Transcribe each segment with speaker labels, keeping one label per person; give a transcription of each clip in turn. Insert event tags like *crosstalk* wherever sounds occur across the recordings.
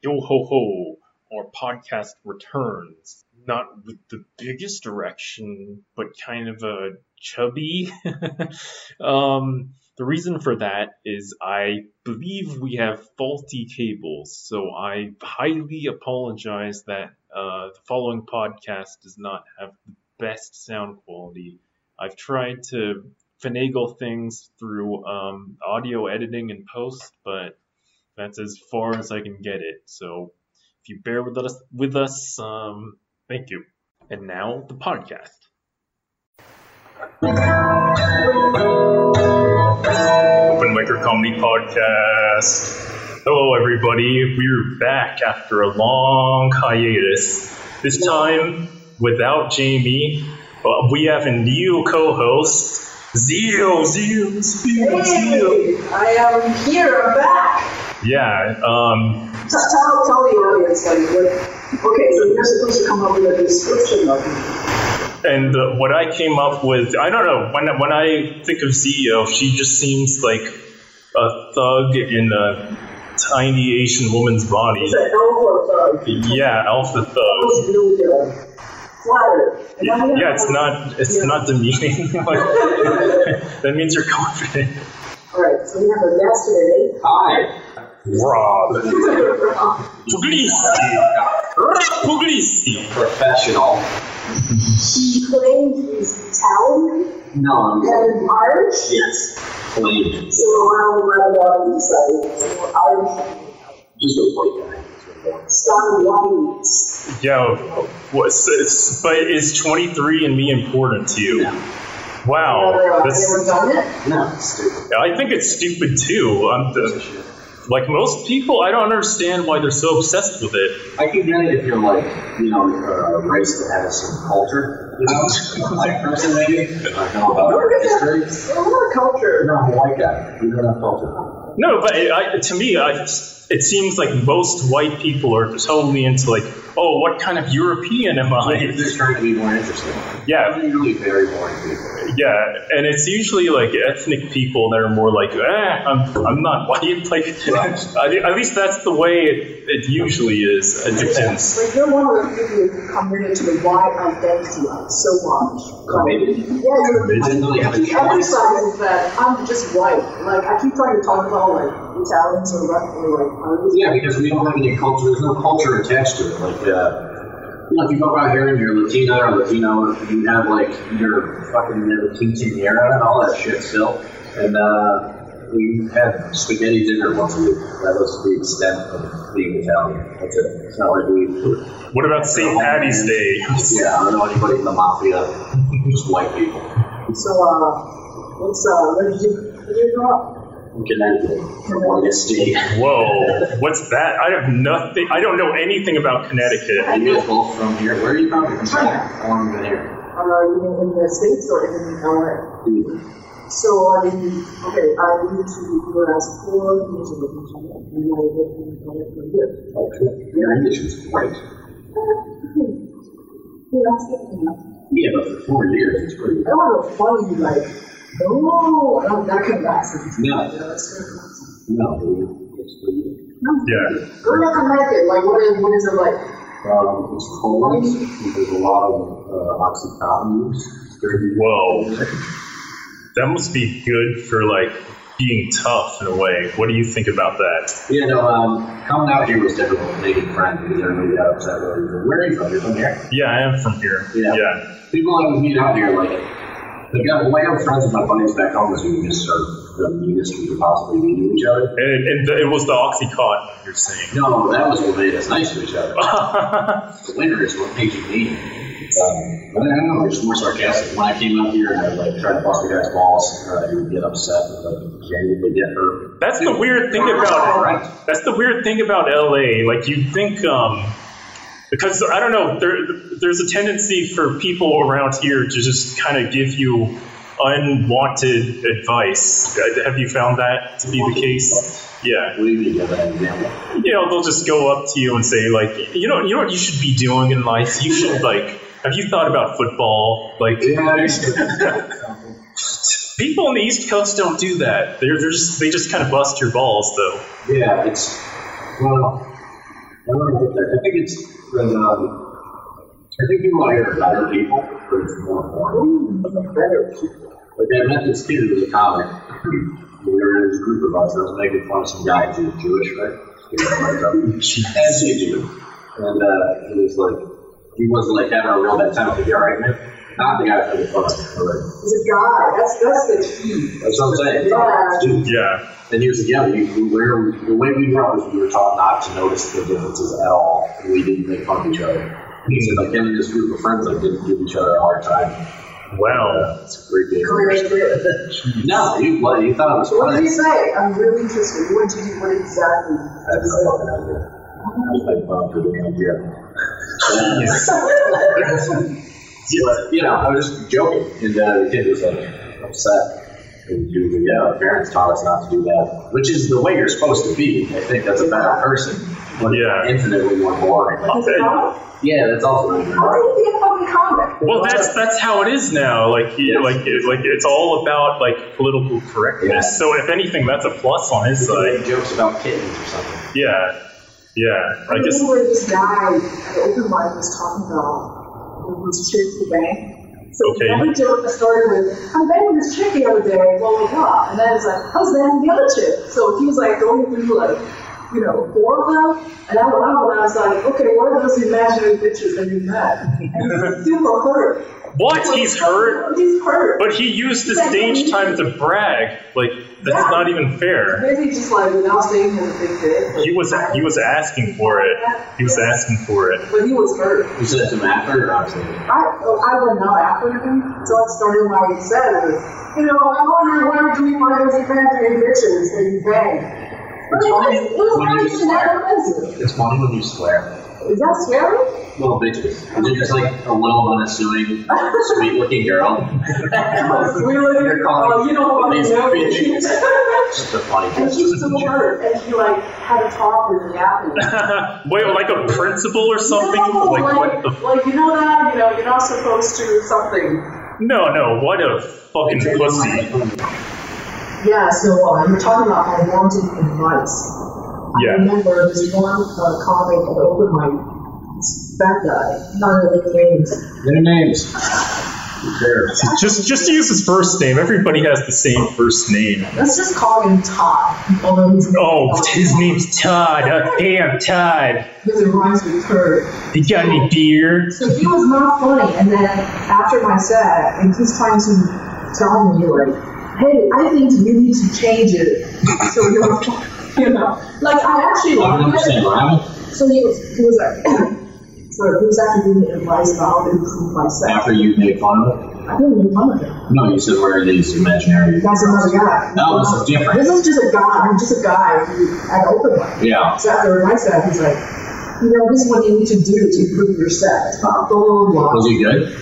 Speaker 1: Yo ho ho! Our podcast returns, not with the biggest direction, but kind of a chubby. *laughs* um, the reason for that is I believe we have faulty cables, so I highly apologize that uh, the following podcast does not have the best sound quality. I've tried to finagle things through um, audio editing and post, but that's as far as I can get it. So if you bear with us, with us, um, thank you. And now the podcast. Open Micro Comedy Podcast. Hello, everybody. We're back after a long hiatus. This time without Jamie, but we have a new co-host, *laughs* Zeal, Zeal, Zeal, Zeal.
Speaker 2: Hey, I am here, I'm back.
Speaker 1: Yeah, um,
Speaker 2: T- Tell, tell the audience how you look. Okay, so you're supposed to come up with a description of me.
Speaker 1: and uh, what I came up with, I don't know. When when I think of CEO, she just seems like a thug in a tiny Asian woman's body.
Speaker 2: It's an alpha thug.
Speaker 1: Yeah, alpha thug.
Speaker 2: Almost blue hair. Flattered. And I am-
Speaker 1: Yeah, it's not it's not demeaning. *laughs* Like, that means you're confident.
Speaker 2: Alright, so we have a master in eight. Hi.
Speaker 1: Rob Puglisti. Rob Puglisti.
Speaker 3: professional.
Speaker 2: *laughs* He claims he's Italian
Speaker 3: No,
Speaker 2: and Irish.
Speaker 3: yes, claim.
Speaker 2: So I'm right about these sides. So Irish.
Speaker 3: Just a white guy.
Speaker 2: Scotty White.
Speaker 1: Yeah, what's it's, but is 23 and me important to you? Wow,
Speaker 2: I've
Speaker 1: that's
Speaker 2: never done it.
Speaker 3: No, stupid.
Speaker 1: I think it's stupid too. I'm the, like most people, I don't understand why they're so obsessed with it.
Speaker 3: I can get it if you're like, you know, a race that has some culture. You know, like person maybe. I know about our history.
Speaker 2: Well, we're a culture.
Speaker 3: No, I'm a white guy. We don't have culture.
Speaker 1: No, but it, I, to me, I, it seems like most white people are totally into like, oh, what kind of European am
Speaker 3: They're
Speaker 1: I?
Speaker 3: *laughs* just trying to be more interesting.
Speaker 1: Yeah,
Speaker 3: They're really very boring people.
Speaker 1: yeah, and it's usually like ethnic people that are more like, eh, I'm, I'm not white. *laughs* Like, I, at least that's the way it, it usually is. It depends.
Speaker 2: Like you're one of the people who come really to the why I thank you so much.
Speaker 3: Committed.
Speaker 2: Yeah, you're
Speaker 3: They didn't really have a
Speaker 2: The other
Speaker 3: choice.
Speaker 2: side is that I'm just white. Like I keep trying to talk about like Italians or Russians or like Irish.
Speaker 3: Yeah, because we don't have any culture. There's no culture attached to it. Like, uh, you know, if you go out here and you're Latina or Latino, you have like your fucking your quinceanera and all that shit still. And uh, we had spaghetti dinner once a week. That was the extent of being Italian. That's it. It's not like we.
Speaker 1: What about St. Patty's Day?
Speaker 3: *laughs* Yeah, I don't know anybody in the mafia. Just white people.
Speaker 2: So uh, what's uh, where did you where did you grow up?
Speaker 3: From Connecticut, from Oregon State.
Speaker 1: Whoa, what's that? I have nothing. I don't know anything about Connecticut.
Speaker 3: And you're both from here. Where are you from? From China. How long have you been here?
Speaker 2: Uh, you mean in the states or in LA?
Speaker 3: Mm-hmm.
Speaker 2: So I okay, I moved to the U.S. four years ago, and I lived in LA for years.
Speaker 3: Okay. Your English is great.
Speaker 2: *laughs* You know, speaking of.
Speaker 3: Yeah, but for four years, it's pretty
Speaker 2: I don't have a funny, like, no, I don't, that kind of accent.
Speaker 3: No.
Speaker 2: Yeah, that's kind of accent.
Speaker 3: No, it's pretty
Speaker 2: No.
Speaker 1: Yeah.
Speaker 2: Go to Connecticut, like, what is, what is it like?
Speaker 3: Um, it's cold. There's a lot of uh, Oxycontin use. There's-
Speaker 1: Whoa. That must be good for like being tough in a way. What do you think about that?
Speaker 3: You know, um, coming out here was difficult making friends because everybody got upset. Like, Where are you from? You're from here?
Speaker 1: Yeah, I am from here.
Speaker 3: Yeah. People I would meet out here, like, the guy, the way I'm friends with my buddies back home is we just sort of the meanest we could possibly be to each other.
Speaker 1: And, and th- it was the Oxycontin you're saying. *laughs*
Speaker 3: No, that was what made us nice to each other.
Speaker 1: yeah,
Speaker 3: The winter is what made you mean. Um, but I don't know, it's more sarcastic. When I came up here and I like tried to bust the guy's balls, uh, he would get upset and like genuinely get hurt.
Speaker 1: That's the weird thing about That's the weird thing about LA. Like you think, um, because I don't know, there, there's a tendency for people around here to just kind of give you unwanted advice. Uh, Have you found that to be the case? Yeah.
Speaker 3: What do you mean by that example?
Speaker 1: You know, they'll just go up to you and say, like, you know, you know what you should be doing in life. You should like, have you thought about football? Like,
Speaker 3: Yeah, I *laughs* used to-
Speaker 1: people on the East Coast don't do that. They're, they're just they just kind of bust your balls though.
Speaker 3: yeah, it's well I don't know what that. I think it's when um, I think people out here are better people, but it's more and more.
Speaker 2: better people.
Speaker 3: Like I met this kid who was a comic. *clears throat* we were in this group of us. I was making fun of some guy who was Jewish, right? um, As you do. And uh, he was like, he was like having a real bad time. I was like, "You all right, man. Not the guy who was making fun of. me, Right?
Speaker 2: He's a guy. That's that's the key.
Speaker 3: That's what I'm saying. Dude,
Speaker 1: Yeah.
Speaker 3: And he was like, yeah, we, we were, the way we grew up is we were taught not to notice the differences at all. We didn't make fun of each other. He said, like, him and his group of friends, like, didn't give each other a hard time.
Speaker 1: Wow.
Speaker 3: Uh, it's a great day.
Speaker 2: Career is good.
Speaker 3: No, you, like, you thought it was
Speaker 2: So what did
Speaker 3: funny.
Speaker 2: he say? I'm really interested. What did you do? What exactly? *laughs*
Speaker 3: I have no fucking idea. I was like, well, good idea. But, you know, I was just joking. And uh, the kid was like, upset. And he was like, yeah, our parents taught us not to do that, which is the way you're supposed to be. I think that's a better person. But
Speaker 1: Yeah.
Speaker 3: infinitely more boring.
Speaker 2: He's a comic.
Speaker 3: Yeah, that's also
Speaker 2: How
Speaker 3: right.
Speaker 2: did he be a fucking comic?
Speaker 1: Well, that's that's how it is now. Like, he,
Speaker 3: Yes.
Speaker 1: like, it, like it's all about like political correctness.
Speaker 3: Yeah.
Speaker 1: So if anything, that's a plus on his side.
Speaker 3: jokes about kittens or something.
Speaker 1: Yeah, yeah. I
Speaker 2: I
Speaker 1: guess.
Speaker 2: remember this guy at the open mic was talking about when he was chased the bank. So
Speaker 1: Okay.
Speaker 2: one joke that started with, I banged this chick the other day, blah blah blah, and then it's like, how's that and the other chick? So he was like going through like, you know, four of them, and I went out and I was like, okay, what are those imaginary bitches that you met? And he's super hurt.
Speaker 1: What? He's hurt?
Speaker 2: He's hurt.
Speaker 1: But he used his stage time to brag. Like, that's
Speaker 2: Yeah.
Speaker 1: not even fair.
Speaker 2: Maybe just like without saying anything big.
Speaker 1: He was he was asking for it. He was asking for it. *laughs*
Speaker 2: but he was hurt.
Speaker 3: You said it to him after or after?
Speaker 2: I, oh, I went out after him, so I started my Saturday. You know, I wonder where do you want those imaginary bitches that you bang? But it was, it was
Speaker 3: When
Speaker 2: not
Speaker 3: you
Speaker 2: even that offensive.
Speaker 3: It's funny when you swear.
Speaker 2: Is that
Speaker 1: *laughs*
Speaker 2: swearing?
Speaker 3: Little bitches. They're just like a little unassuming, sweet looking girl.
Speaker 2: Really?
Speaker 3: They're
Speaker 2: Oh,
Speaker 3: calling
Speaker 2: you don't want
Speaker 3: these
Speaker 2: to know. *laughs*
Speaker 3: bitches.
Speaker 2: and
Speaker 3: It's just a funny
Speaker 2: she was so
Speaker 3: gesture.
Speaker 2: hurt, and she like had a talk with me
Speaker 1: *laughs*
Speaker 2: after.
Speaker 1: Wait, like a principal or something?
Speaker 2: No,
Speaker 1: Like
Speaker 2: like,
Speaker 1: what the? F-
Speaker 2: like you know that you know you're not supposed to something.
Speaker 1: no, no. What a fucking pussy.
Speaker 2: Yeah, so uh, you're talking about I wanted advice. I
Speaker 1: Yeah.
Speaker 2: remember this one uh, comic at open mic. This fat guy, not a big name.
Speaker 3: Their names. Who cares?
Speaker 1: Just just use his first name. Everybody has the same first name.
Speaker 2: Let's just call him Todd. Although his name
Speaker 1: *laughs* Oh,
Speaker 2: is
Speaker 1: his name's Todd. Oh, damn, Todd.
Speaker 2: because it rhymes with turd.
Speaker 1: You got any beer?
Speaker 2: So he was not funny. And then after my set, and he's trying to tell me like, "Hey, I think you need to change it." *laughs* So you're, you know, like I actually
Speaker 3: I don't understand, Robin.
Speaker 2: So he was, he was like, *coughs* so he was actually giving me advice about how to improve my set.
Speaker 3: After you made fun of it?
Speaker 2: I didn't make fun of him.
Speaker 3: No, you said where are these imaginary
Speaker 2: That's another guy.
Speaker 3: No, this is different.
Speaker 2: This is just a guy. I'm just a guy who had an open one.
Speaker 3: Yeah.
Speaker 2: So after my set, he's like, you know, this is what you need to do to improve your set. Blah blah blah.
Speaker 3: Was he good?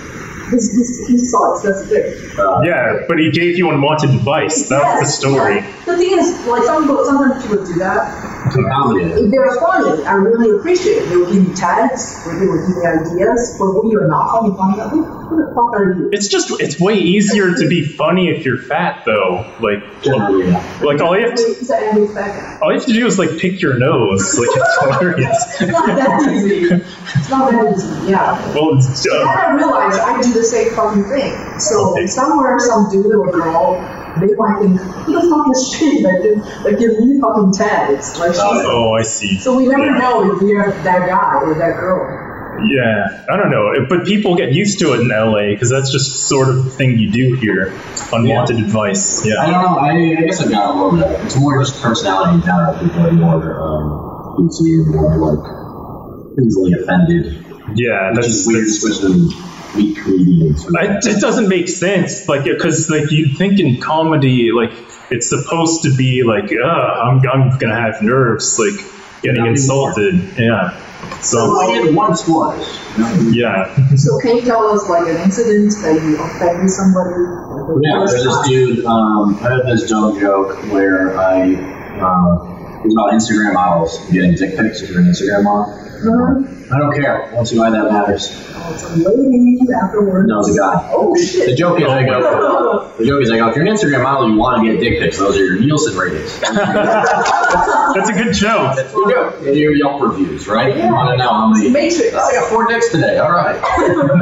Speaker 2: His, his, his thoughts. That's the thing.
Speaker 3: Uh,
Speaker 1: Yeah, but he gave you unwanted advice. That's the
Speaker 2: Yes,
Speaker 1: story.
Speaker 2: yeah. The thing is, like some people, sometimes people do that.
Speaker 3: Comedy.
Speaker 2: If they're funny, I really appreciate it. They will give you tags, or they will give you ideas. But when you're not funny, funny, like, who, who the fuck are you?
Speaker 1: It's just it's way easier to be funny if you're fat though. Like
Speaker 3: Generally, yeah.
Speaker 1: like all you have to
Speaker 2: He's an angry fat guy.
Speaker 1: all you have to do is like pick your nose. Like it's *laughs* hilarious.
Speaker 2: It's not that easy. It's not that easy. Yeah.
Speaker 1: Well, it's,
Speaker 2: Then
Speaker 1: uh,
Speaker 2: I realized I do the same fucking thing. So
Speaker 1: Okay.
Speaker 2: somewhere, some dude or girl, they might think, who the fuck is she? Like, give, like, give me fucking tags. Like, she's,
Speaker 1: oh, I see.
Speaker 2: so we never
Speaker 1: yeah.
Speaker 2: know if we're that guy or that girl.
Speaker 1: Yeah, I don't know, but people get used to it in LA because that's just sort of the thing you do here. Unwanted advice.
Speaker 3: I
Speaker 1: Yeah.
Speaker 3: don't know. I, I guess I got a little bit. It's more just personality now. that People are more um, easy, more like easily offended.
Speaker 1: Yeah,
Speaker 3: Which
Speaker 1: that's
Speaker 3: is weird, especially weak comedians. who-
Speaker 1: I, it doesn't make sense, like, because like you'd think in comedy, like it's supposed to be like, uh, I'm I'm gonna have nerves, like getting
Speaker 3: Not
Speaker 1: insulted. Yeah.
Speaker 3: Well,
Speaker 1: So
Speaker 3: I did once was. you know?
Speaker 1: yeah,
Speaker 2: So can you tell us, like, an incident that you offended somebody? Like, the
Speaker 3: Yeah,
Speaker 2: first
Speaker 3: there's this
Speaker 2: time?
Speaker 3: dude. Um, I had this dumb joke where I uh, It's about Instagram models getting dick pics if you're an Instagram model.
Speaker 2: Her,
Speaker 3: I don't care. I don't see why that matters.
Speaker 2: oh, uh, it's a lady afterwards.
Speaker 3: No, the guy.
Speaker 2: Oh
Speaker 3: The
Speaker 2: shit.
Speaker 3: joke is *laughs* I go.
Speaker 2: Oh,
Speaker 3: The joke is I go. If you're an Instagram model, you want to get dick pics. Those are your Nielsen ratings.
Speaker 1: That's a good joke.
Speaker 3: That's your joke. And your Yelp reviews, right? You want to know how
Speaker 2: *laughs*
Speaker 3: many.
Speaker 2: Matrix.
Speaker 3: Oh, I got four dicks today. All right.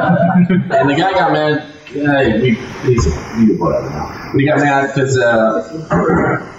Speaker 3: and the guy got mad. Yeah, he, he's he, whatever now. He got mad because uh,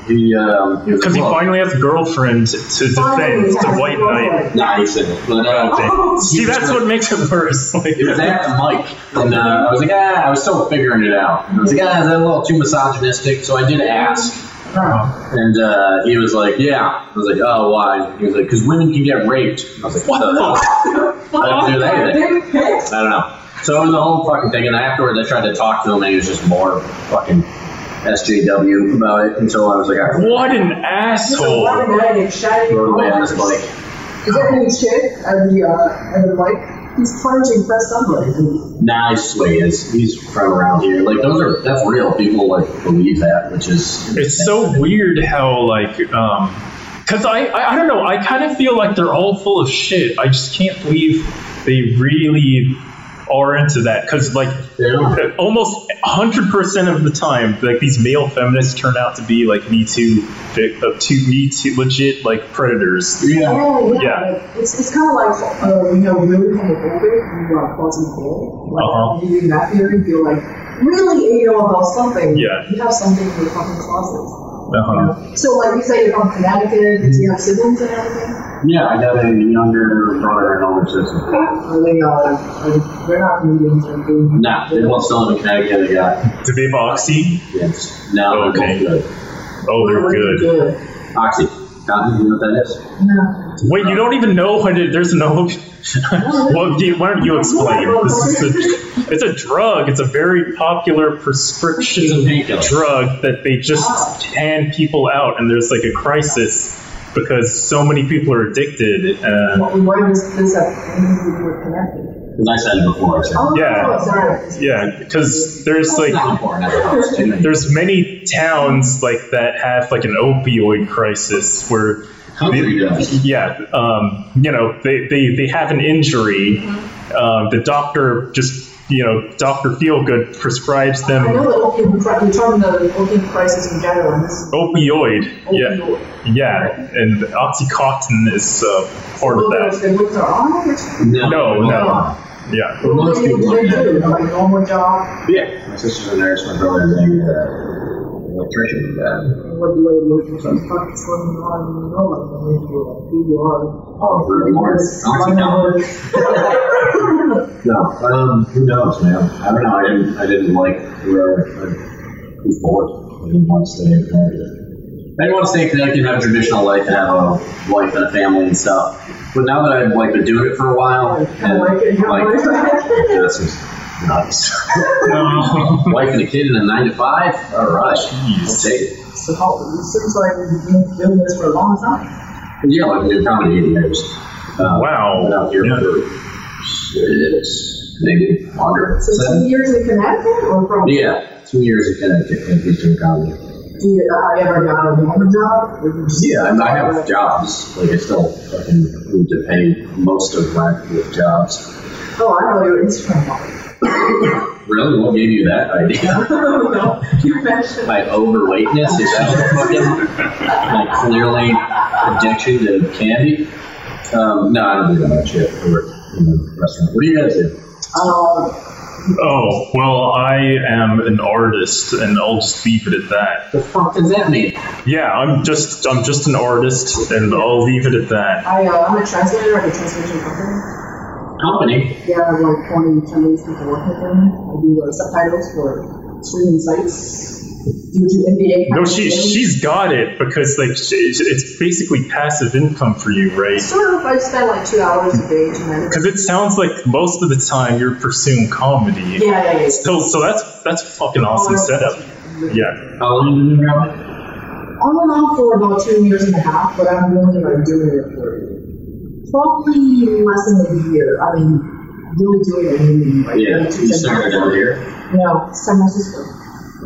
Speaker 3: he um he was
Speaker 1: Because he
Speaker 3: like, "Well,
Speaker 1: finally has a girlfriend to defend the White Knight.
Speaker 3: Nah, he's single. But uh,
Speaker 2: Oh.
Speaker 1: thing. See, that's what makes it worse. Like,
Speaker 3: it was at the mic, and uh, I was like, ah, I was still figuring it out. And I was like, ah, is that a little too misogynistic? So I did ask,
Speaker 2: Oh,
Speaker 3: and uh, he was like, yeah. I was like, oh, why? He was like, because women can get raped. And I was like, what the hell? I don't do that either.
Speaker 2: Big pics.
Speaker 3: I don't know. So it was a whole fucking thing, and afterwards I tried to talk to him, and he was just more fucking SJW about it until I was like, I
Speaker 1: what an
Speaker 2: Just a
Speaker 1: asshole!
Speaker 2: white knight in shining
Speaker 3: rode away on this
Speaker 2: armor.
Speaker 3: bike.
Speaker 2: Is there any chick at the uh, at the mic? He's plunging for somebody.
Speaker 3: Nah, he's just the way he is. He's from around here. Like those are that's real. People like believe that, which is
Speaker 1: It's so weird how like, um, because I, I I don't know. I kind of feel like they're all full of shit. I just can't believe they really are into that. Because like,
Speaker 3: Yeah.
Speaker 1: almost hundred percent of the time, like these male feminists turn out to be like Me Too, vic- uh, to Me Too, legit like predators.
Speaker 3: Yeah.
Speaker 2: Oh yeah,
Speaker 1: Yeah.
Speaker 2: like, it's it's kind of like uh, you know really homophobic and you uh, are quasi-gay. Like
Speaker 1: Uh-huh.
Speaker 2: you read that theory, and you're like really you know about something.
Speaker 1: Yeah.
Speaker 2: you have something in your fucking closet. you
Speaker 1: Uh-huh.
Speaker 2: know? So like you say you're from Connecticut. Do you have siblings and everything?
Speaker 3: Yeah, I got a younger brother and older sister.
Speaker 2: Are they uh, are they, they're not comedians or anything?
Speaker 3: Nah, they both still in Connecticut. They got
Speaker 1: Do they have Oxy?
Speaker 3: yes. Now
Speaker 1: Okay.
Speaker 3: they're both good.
Speaker 1: Oh, they're
Speaker 2: Really
Speaker 1: good.
Speaker 3: Oxy. Cotton, you know what that is?
Speaker 2: No.
Speaker 1: Wait, you don't even know what it, there's no. *laughs* well, do you, why don't you explain? This is a, it's a drug. It's a very popular
Speaker 3: It's a
Speaker 1: prescription
Speaker 3: painkiller.
Speaker 1: drug that they just hand people out, and there's like a crisis because so many people are addicted. Uh,
Speaker 2: What, why does this have anything to do with Connecticut?
Speaker 3: As I said before, I said
Speaker 2: Oh,
Speaker 1: Yeah.
Speaker 2: oh, sorry.
Speaker 1: yeah, because there's
Speaker 3: it's
Speaker 1: like
Speaker 3: not important. I don't know, it's too many.
Speaker 1: there's many towns like that have like an opioid crisis where
Speaker 3: Country does.
Speaker 1: yeah, um, you know, they, they, they have an injury.
Speaker 2: Mm-hmm.
Speaker 1: Um, the doctor just, you know, Dr. Feelgood prescribes
Speaker 2: I know
Speaker 1: them
Speaker 2: that opium, we're talking about the opium crisis in general, and this is
Speaker 1: opioid. Yeah,
Speaker 2: opioid.
Speaker 1: yeah, and Oxycontin is uh, part of
Speaker 2: Well,
Speaker 1: that.
Speaker 2: They work their arm, which
Speaker 3: No,
Speaker 1: No,
Speaker 3: no.
Speaker 1: no. Yeah.
Speaker 3: But most
Speaker 2: they,
Speaker 3: people
Speaker 2: they
Speaker 3: don't
Speaker 2: do,
Speaker 3: know.
Speaker 2: like normal job,
Speaker 3: Yeah, my sister's a nurse, my brother's a uh, electrician. Uh,
Speaker 2: what do they look for? Some fucking swimming on, no one can make you, like, do your arm.
Speaker 3: Oh, for the Lord. Honestly,
Speaker 2: Oh,
Speaker 3: no, um, who knows, man? I don't know. I didn't. I didn't like uh, where I was bored. I didn't want to stay in Connecticut. I didn't want to stay in Connecticut and have a traditional life and have a wife and a family and stuff. But now that I've like been doing it for a while, and
Speaker 2: like it, you
Speaker 3: like
Speaker 2: like
Speaker 3: *laughs*
Speaker 2: it.
Speaker 3: yeah, this is nice. wife and a kid and a nine to five. All *laughs* right, I'll take it.
Speaker 2: So how, it seems like you've been doing this for a long time.
Speaker 3: Yeah, I've been doing comedy eight years. Uh,
Speaker 1: Wow.
Speaker 3: I've been out here
Speaker 1: Yeah.
Speaker 3: for shit, maybe longer.
Speaker 2: So two
Speaker 3: Seven?
Speaker 2: years in Connecticut, or from, do
Speaker 3: Yeah, two years in Connecticut and he's doing comedy.
Speaker 2: you, have you ever got a normal job? or you just-
Speaker 3: Yeah, and I have jobs. Like I still fucking need to pay most of rent with jobs.
Speaker 2: Oh, I know your Instagram model.
Speaker 3: Really? What gave you that idea?
Speaker 2: No, you mentioned.
Speaker 3: *laughs* My overweightness is that what fucking my clearly addiction to candy. Um, no, I don't do that shit. I work in a restaurant. What do you guys do?
Speaker 2: Um,
Speaker 1: Oh, well, I am an artist, and I'll just leave it at that.
Speaker 3: The fuck does that mean?
Speaker 1: Yeah, I'm just I'm just an artist, and I'll leave it at that.
Speaker 2: I, uh, I'm a translator at a translation company.
Speaker 3: Company.
Speaker 2: Yeah, I have like 20 Chinese people working for me. I do uh, subtitles for streaming sites. Do you do NBA?
Speaker 1: No, she she's got it because like she, it's basically passive income for you, right?
Speaker 2: Sort of, I spend like two hours a day to manage.
Speaker 1: Because it sounds like most of the time you're pursuing comedy.
Speaker 2: Yeah, yeah, yeah.
Speaker 1: So, so that's that's a fucking awesome setup. Yeah.
Speaker 3: How long have you been around?
Speaker 2: On and off for about two years and a half, but I'm really like doing it for probably less than a year. I mean, really doing it. I mean, like,
Speaker 3: Yeah,
Speaker 2: like,
Speaker 3: you started down here.
Speaker 2: No, San Francisco.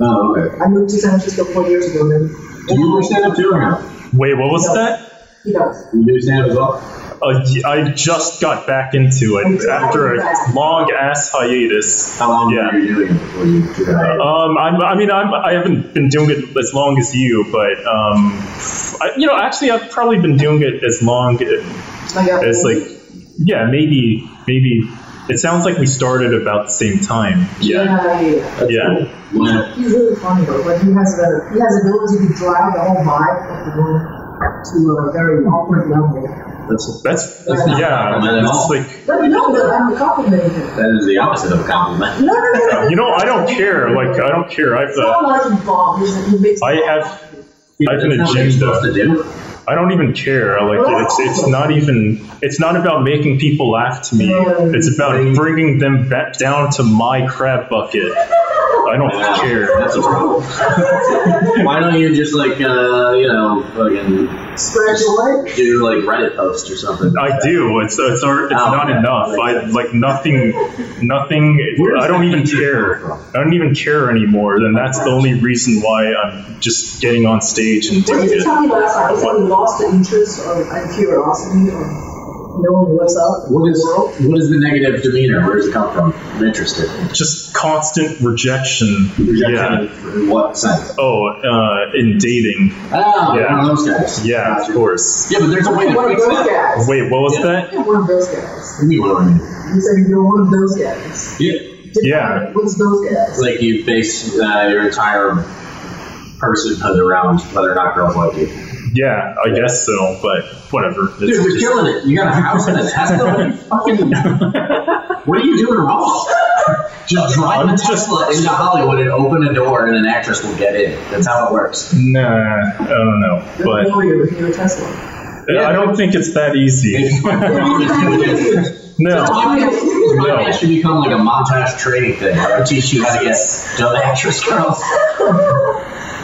Speaker 3: Oh, okay.
Speaker 2: I moved to San Francisco four years ago, and then
Speaker 3: Do you ever stand up too or no?
Speaker 1: Wait, what was that?
Speaker 2: you know,
Speaker 3: You do stand as well.
Speaker 1: Uh, y- I just got back into it after a long ass hiatus.
Speaker 3: How long
Speaker 1: Yeah.
Speaker 3: were you doing it before you took it out?
Speaker 1: Um, I'm, I mean, I'm, I haven't been doing it as long as you, but um, I, you know, actually, I've probably been doing it as long
Speaker 2: like a-
Speaker 1: as like, yeah, maybe, maybe. It sounds like we started about the same time.
Speaker 2: yeah, yeah.
Speaker 1: yeah.
Speaker 3: When,
Speaker 2: He's really funny though. Like he has a he has an ability to drive the whole vibe of the room to a very awkward level.
Speaker 3: that's,
Speaker 1: That's
Speaker 3: That's not
Speaker 1: yeah.
Speaker 3: common at all.
Speaker 1: It's like
Speaker 2: Let me know that I'm complimenting him.
Speaker 3: that is the opposite of a compliment.
Speaker 2: No, no, no, no.
Speaker 1: you know, I don't care. Like I don't care. I've
Speaker 2: It's
Speaker 1: uh,
Speaker 2: not like he bombs. He makes.
Speaker 1: I have- I've been a
Speaker 3: That's not what
Speaker 1: gym
Speaker 3: you're supposed to do.
Speaker 1: I don't even care. Like it's it's not even it's not about making people laugh to me. It's about bringing them back down to my crab bucket. I
Speaker 3: Yeah,
Speaker 1: don't care.
Speaker 3: That's
Speaker 1: *laughs*
Speaker 3: a problem. Why don't you just like uh, you know fucking
Speaker 2: spread your leg.
Speaker 3: do like Reddit posts or something?
Speaker 1: I do. It's it's, ar- it's
Speaker 3: Oh,
Speaker 1: not
Speaker 3: yeah.
Speaker 1: enough. I like nothing, nothing.
Speaker 3: Where does
Speaker 1: I don't
Speaker 3: that
Speaker 1: even
Speaker 3: picture
Speaker 1: care.
Speaker 3: come
Speaker 1: I don't even care anymore. And that's the only reason why I'm just getting on stage and
Speaker 2: What
Speaker 1: doing
Speaker 2: did you
Speaker 1: it.
Speaker 2: tell me last time? You said you lost the interest or and curiosity or knowing what's up.
Speaker 3: What is what is the negative demeanor? Where does it come from? I'm interested.
Speaker 1: Just constant rejection.
Speaker 3: Rejection
Speaker 1: Yeah.
Speaker 3: in what sense?
Speaker 1: Oh, uh, in dating.
Speaker 3: Oh,
Speaker 1: Yeah.
Speaker 3: one of those guys.
Speaker 1: Yeah, of course.
Speaker 3: Yeah, but there's a way to
Speaker 2: You're one of
Speaker 3: fix
Speaker 2: those
Speaker 3: that.
Speaker 2: guys.
Speaker 1: Wait, what was that?
Speaker 2: You're one of those guys.
Speaker 3: What do you mean, what do I mean?
Speaker 2: You said you're one of those guys.
Speaker 3: Yeah.
Speaker 1: Yeah.
Speaker 2: What's those guys?
Speaker 3: It's like you base uh, your entire personhood around whether or not girls like you. Dude,
Speaker 1: Yeah, I guess so, but whatever. It's
Speaker 3: you're
Speaker 1: just-
Speaker 3: killing it. You got a house and a Tesla. *laughs* What are you fucking? What are you doing wrong? Just drive a
Speaker 1: I'm just-
Speaker 3: Tesla into Hollywood and open a door, and an actress will get in. That's how it *laughs* works.
Speaker 1: nah, I don't know,
Speaker 2: You're a
Speaker 1: but
Speaker 2: lawyer. You're
Speaker 1: *laughs*
Speaker 2: a Tesla.
Speaker 1: I don't think it's that easy.
Speaker 3: *laughs*
Speaker 1: No.
Speaker 3: Podcast
Speaker 1: No.
Speaker 3: should become like a montage training thing. I teach you how to get dumb actress girls.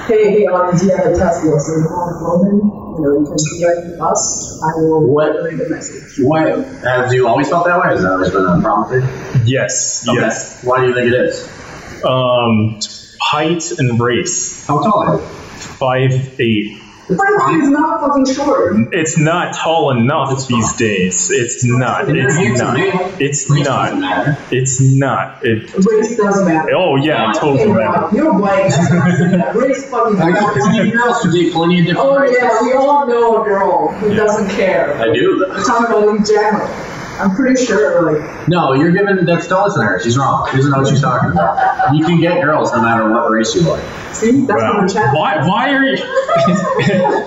Speaker 2: Hey, hey, audience, you have a Tesla, so you want a woman? You know, you can direct us. I will
Speaker 3: What?
Speaker 2: read the message.
Speaker 3: What? Have you always felt that way? Has that always been a problem for you?
Speaker 1: Yes,
Speaker 3: Okay.
Speaker 1: yes.
Speaker 3: Why do you think it is?
Speaker 1: Um, height and race.
Speaker 3: How tall are you?
Speaker 1: Five eight.
Speaker 2: The Tesla is not fucking short.
Speaker 1: It's not tall enough
Speaker 3: It's
Speaker 1: these days. It's not. It's
Speaker 3: It's
Speaker 1: not.
Speaker 3: not.
Speaker 1: It's
Speaker 3: Race
Speaker 1: not.
Speaker 3: doesn't matter.
Speaker 1: It's not. It.
Speaker 2: Race does matter.
Speaker 1: Oh yeah, it totally.
Speaker 2: Hey,
Speaker 1: matters.
Speaker 2: Rob, You're white. That's not saying that. Race fucking
Speaker 3: I got
Speaker 2: matters.
Speaker 3: plenty of girls who date plenty of different
Speaker 2: Oh
Speaker 3: races.
Speaker 2: yeah, we all know a girl who doesn't care.
Speaker 3: I do.
Speaker 2: I'm talking about in general. I'm pretty sure, like,
Speaker 3: No, you're giving that's don't listen to her. She's wrong. She doesn't know what she's talking about. You can get girls no matter what race you are.
Speaker 2: see, that's what
Speaker 1: Wow.
Speaker 2: I'm chatting.
Speaker 1: Why? Why are you?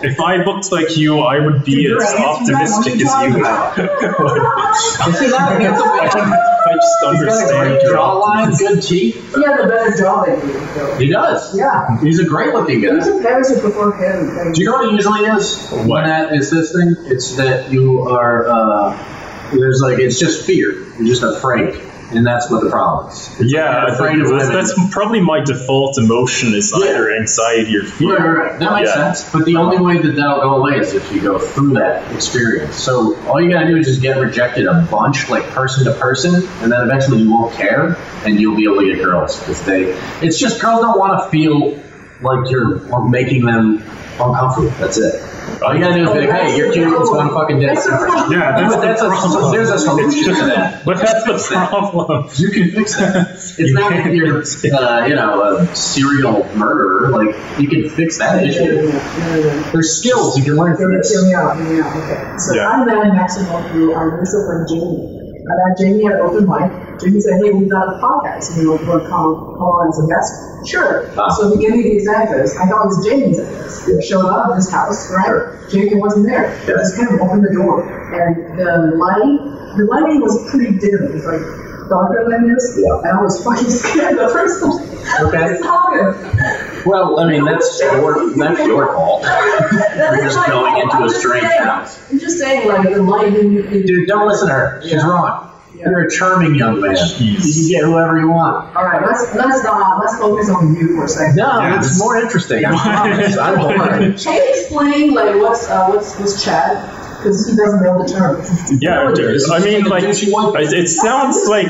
Speaker 1: if I looked like you, I would be
Speaker 2: You're
Speaker 1: as
Speaker 2: right. It's not what
Speaker 1: optimistic as
Speaker 2: you're
Speaker 1: you.
Speaker 2: talking
Speaker 1: are.
Speaker 2: about.
Speaker 3: *laughs* This is not against the
Speaker 1: I, don't, I just
Speaker 3: He's got a
Speaker 1: understand.
Speaker 3: great
Speaker 1: your
Speaker 3: jawline, good teeth.
Speaker 2: He had a better job than you, though.
Speaker 3: He does.
Speaker 2: Yeah.
Speaker 3: He's a great looking guy.
Speaker 2: These are parents who before him. Like,
Speaker 3: Do you know what it usually is?
Speaker 1: What?
Speaker 3: When that is this thing? It's that you are, uh, there's like, it's just fear. You're just afraid. And that's what the problem is. It's like
Speaker 1: Yeah,
Speaker 3: you're
Speaker 1: I
Speaker 3: afraid
Speaker 1: think
Speaker 3: of
Speaker 1: that's,
Speaker 3: women.
Speaker 1: that's probably my default emotion is
Speaker 3: Yeah.
Speaker 1: either anxiety or
Speaker 3: Right,
Speaker 1: fear.
Speaker 3: right, right. That makes
Speaker 1: Yeah.
Speaker 3: sense. But the only way that that'll go away is if you go through that experience. So all you gotta do is just get rejected a bunch, like person to person, and then eventually you won't care, and you'll be able to get girls because they. It's just girls don't want to feel like you're making them uncomfortable. That's it. All you gotta do is be like, hey, you're cute. Let's go on a fucking date.
Speaker 2: That's the
Speaker 3: *laughs*
Speaker 2: problem.
Speaker 1: Yeah, that's
Speaker 3: But
Speaker 1: the
Speaker 3: that's a-
Speaker 1: problem.
Speaker 3: there's a solution
Speaker 1: It's just-
Speaker 3: to that.
Speaker 1: But that's the problem.
Speaker 3: You can fix that. It's
Speaker 1: You
Speaker 3: not
Speaker 1: can
Speaker 3: that you're,
Speaker 1: fix it.
Speaker 3: uh, you know, a serial murderer. Like, you can fix that
Speaker 2: Yeah, yeah,
Speaker 3: issue.
Speaker 2: yeah, yeah.
Speaker 3: There's skills you can learn
Speaker 2: Hear
Speaker 3: from
Speaker 2: me-
Speaker 3: this.
Speaker 2: hear me out, hear me out. Okay. So
Speaker 1: Yeah.
Speaker 2: I met in Mexico through our mutual friend Jamie. I met Jamie at an open mic. Jamie said, Hey, we've got a podcast. You know, we're called call on some guests. Sure.
Speaker 3: Ah.
Speaker 2: So he gave me his address. I thought it was Jamie's address.
Speaker 3: Yeah.
Speaker 2: Showed up at his house, right?
Speaker 3: Sure.
Speaker 2: Jamie wasn't there.
Speaker 3: Yeah.
Speaker 2: Just kind of opened the door. And the lighting, the lighting was pretty dim. It was like darker than this.
Speaker 3: Yeah.
Speaker 2: And I was *laughs* fucking scared the first time. *laughs*
Speaker 3: Okay.
Speaker 2: Stop it.
Speaker 3: Well, I mean, that's your, that's your fault.
Speaker 2: That
Speaker 3: You're
Speaker 2: is
Speaker 3: just
Speaker 2: my
Speaker 3: going
Speaker 2: fault.
Speaker 3: into
Speaker 2: I'm
Speaker 3: a
Speaker 2: just
Speaker 3: strange
Speaker 2: saying-
Speaker 3: house.
Speaker 2: I'm just saying, like, the lighting.
Speaker 3: Dude, don't listen to her. She's
Speaker 2: Yeah.
Speaker 3: wrong.
Speaker 2: Yeah.
Speaker 3: You're a charming young man. You can get whoever you want.
Speaker 2: All right, let's let's not let's focus on you for a second.
Speaker 3: No,
Speaker 1: Yeah,
Speaker 3: that's
Speaker 1: this-
Speaker 3: more interesting. I promise.
Speaker 1: *laughs*
Speaker 3: I'm bored.
Speaker 2: Can you explain like what's uh, what's what's Chad? Because he doesn't know the term.
Speaker 1: Yeah,
Speaker 3: No, it is.
Speaker 1: I mean,
Speaker 3: She
Speaker 1: like,
Speaker 3: can do what she wants.
Speaker 1: it it sounds like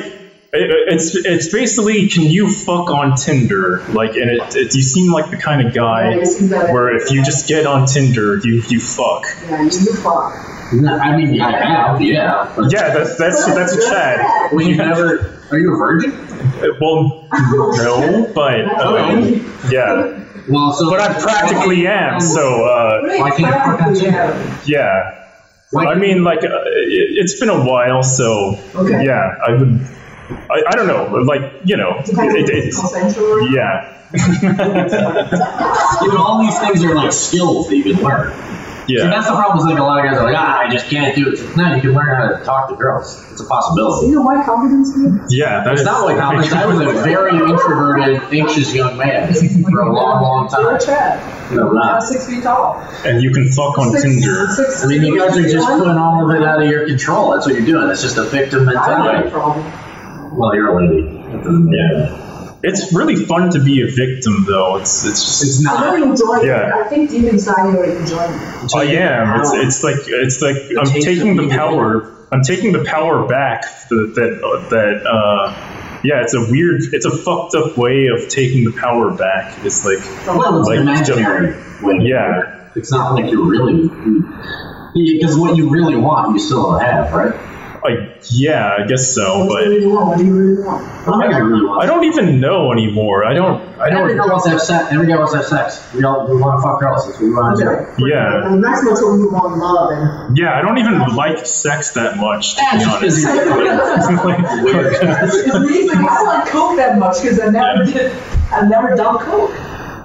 Speaker 1: It- it's it's basically can you fuck on Tinder? Like, and it, it you seem like the kind of guy
Speaker 4: Yeah, you seem that-
Speaker 1: where if you just get on Tinder, you you fuck.
Speaker 4: Yeah, you do fuck.
Speaker 3: No, I mean, I have, yeah. But
Speaker 1: Yeah, that's that's that's a Chad.
Speaker 3: Well, you never. Are you a virgin?
Speaker 1: Well, no, but uh,
Speaker 3: Okay.
Speaker 1: yeah,
Speaker 3: Well, so.
Speaker 1: but I practically am. So uh,
Speaker 4: Right,
Speaker 3: Why can't you fuck on
Speaker 4: practically,
Speaker 3: Tinder?
Speaker 4: yeah.
Speaker 1: yeah,
Speaker 3: Why-
Speaker 1: I mean, like uh, it, it's been a while, so
Speaker 4: Okay.
Speaker 1: yeah, I would. I, I don't know, like you know,
Speaker 4: Depends
Speaker 1: it,
Speaker 4: if
Speaker 1: it,
Speaker 4: it's consensual.
Speaker 1: yeah,
Speaker 3: you know, all these things are like skills that you can learn. And
Speaker 1: yeah.
Speaker 3: that's the problem. Is like a lot of guys are like, ah, I just can't do it. No, you can learn how to talk to girls. It's a possibility.
Speaker 4: You know why confidence here?
Speaker 1: Yeah, that
Speaker 3: It's
Speaker 1: is-
Speaker 3: not like confidence. I was a very introverted, anxious young man for a long, long
Speaker 4: You're a
Speaker 3: time.
Speaker 4: Chad.
Speaker 3: No,
Speaker 4: Uh,
Speaker 3: not.
Speaker 4: six feet tall.
Speaker 1: and you can fuck on
Speaker 4: Six-
Speaker 1: Tinder.
Speaker 4: six-
Speaker 3: I mean, you guys are just
Speaker 4: one.
Speaker 3: putting all of it out of your control. That's what you're doing. It's just a victim
Speaker 4: I don't have a
Speaker 3: mentality.
Speaker 4: problem.
Speaker 3: Well, you're a lady. That doesn't matter.
Speaker 1: It's really fun to be a victim, though. It's it's just
Speaker 3: It's
Speaker 4: I
Speaker 3: not.
Speaker 4: really enjoy
Speaker 1: Yeah.
Speaker 4: it. I think deep inside you're enjoying it.
Speaker 1: I am. It's it's like it's like I'm
Speaker 3: taste
Speaker 1: taking
Speaker 3: of
Speaker 1: the
Speaker 3: being
Speaker 1: power. I'm taking the power back. That that uh, that. Uh, yeah, it's a weird. It's a fucked up way of taking the power back. It's like
Speaker 3: Well, it's
Speaker 1: Like,
Speaker 3: an imaginary way.
Speaker 1: Yeah.
Speaker 3: It's not like you're really. Because what you really want, you still don't have, right?
Speaker 1: I yeah, I guess so.
Speaker 4: What do
Speaker 1: But
Speaker 4: you want? What do you really want?
Speaker 3: Not like I really want.
Speaker 1: I don't even know anymore. I don't. I
Speaker 3: Every
Speaker 1: don't.
Speaker 3: girl wants to have sex. Every guy wants to have sex. We all we want to fuck girls. That's what we want to do.
Speaker 1: Yeah,
Speaker 4: And that's what you want love
Speaker 1: *laughs*
Speaker 4: and
Speaker 1: yeah. I don't even like sex that much. To be
Speaker 3: That's
Speaker 1: honest. *laughs* Like,
Speaker 3: Weird.
Speaker 4: it's amazing. I don't like coke that much because I never did. I've never done coke.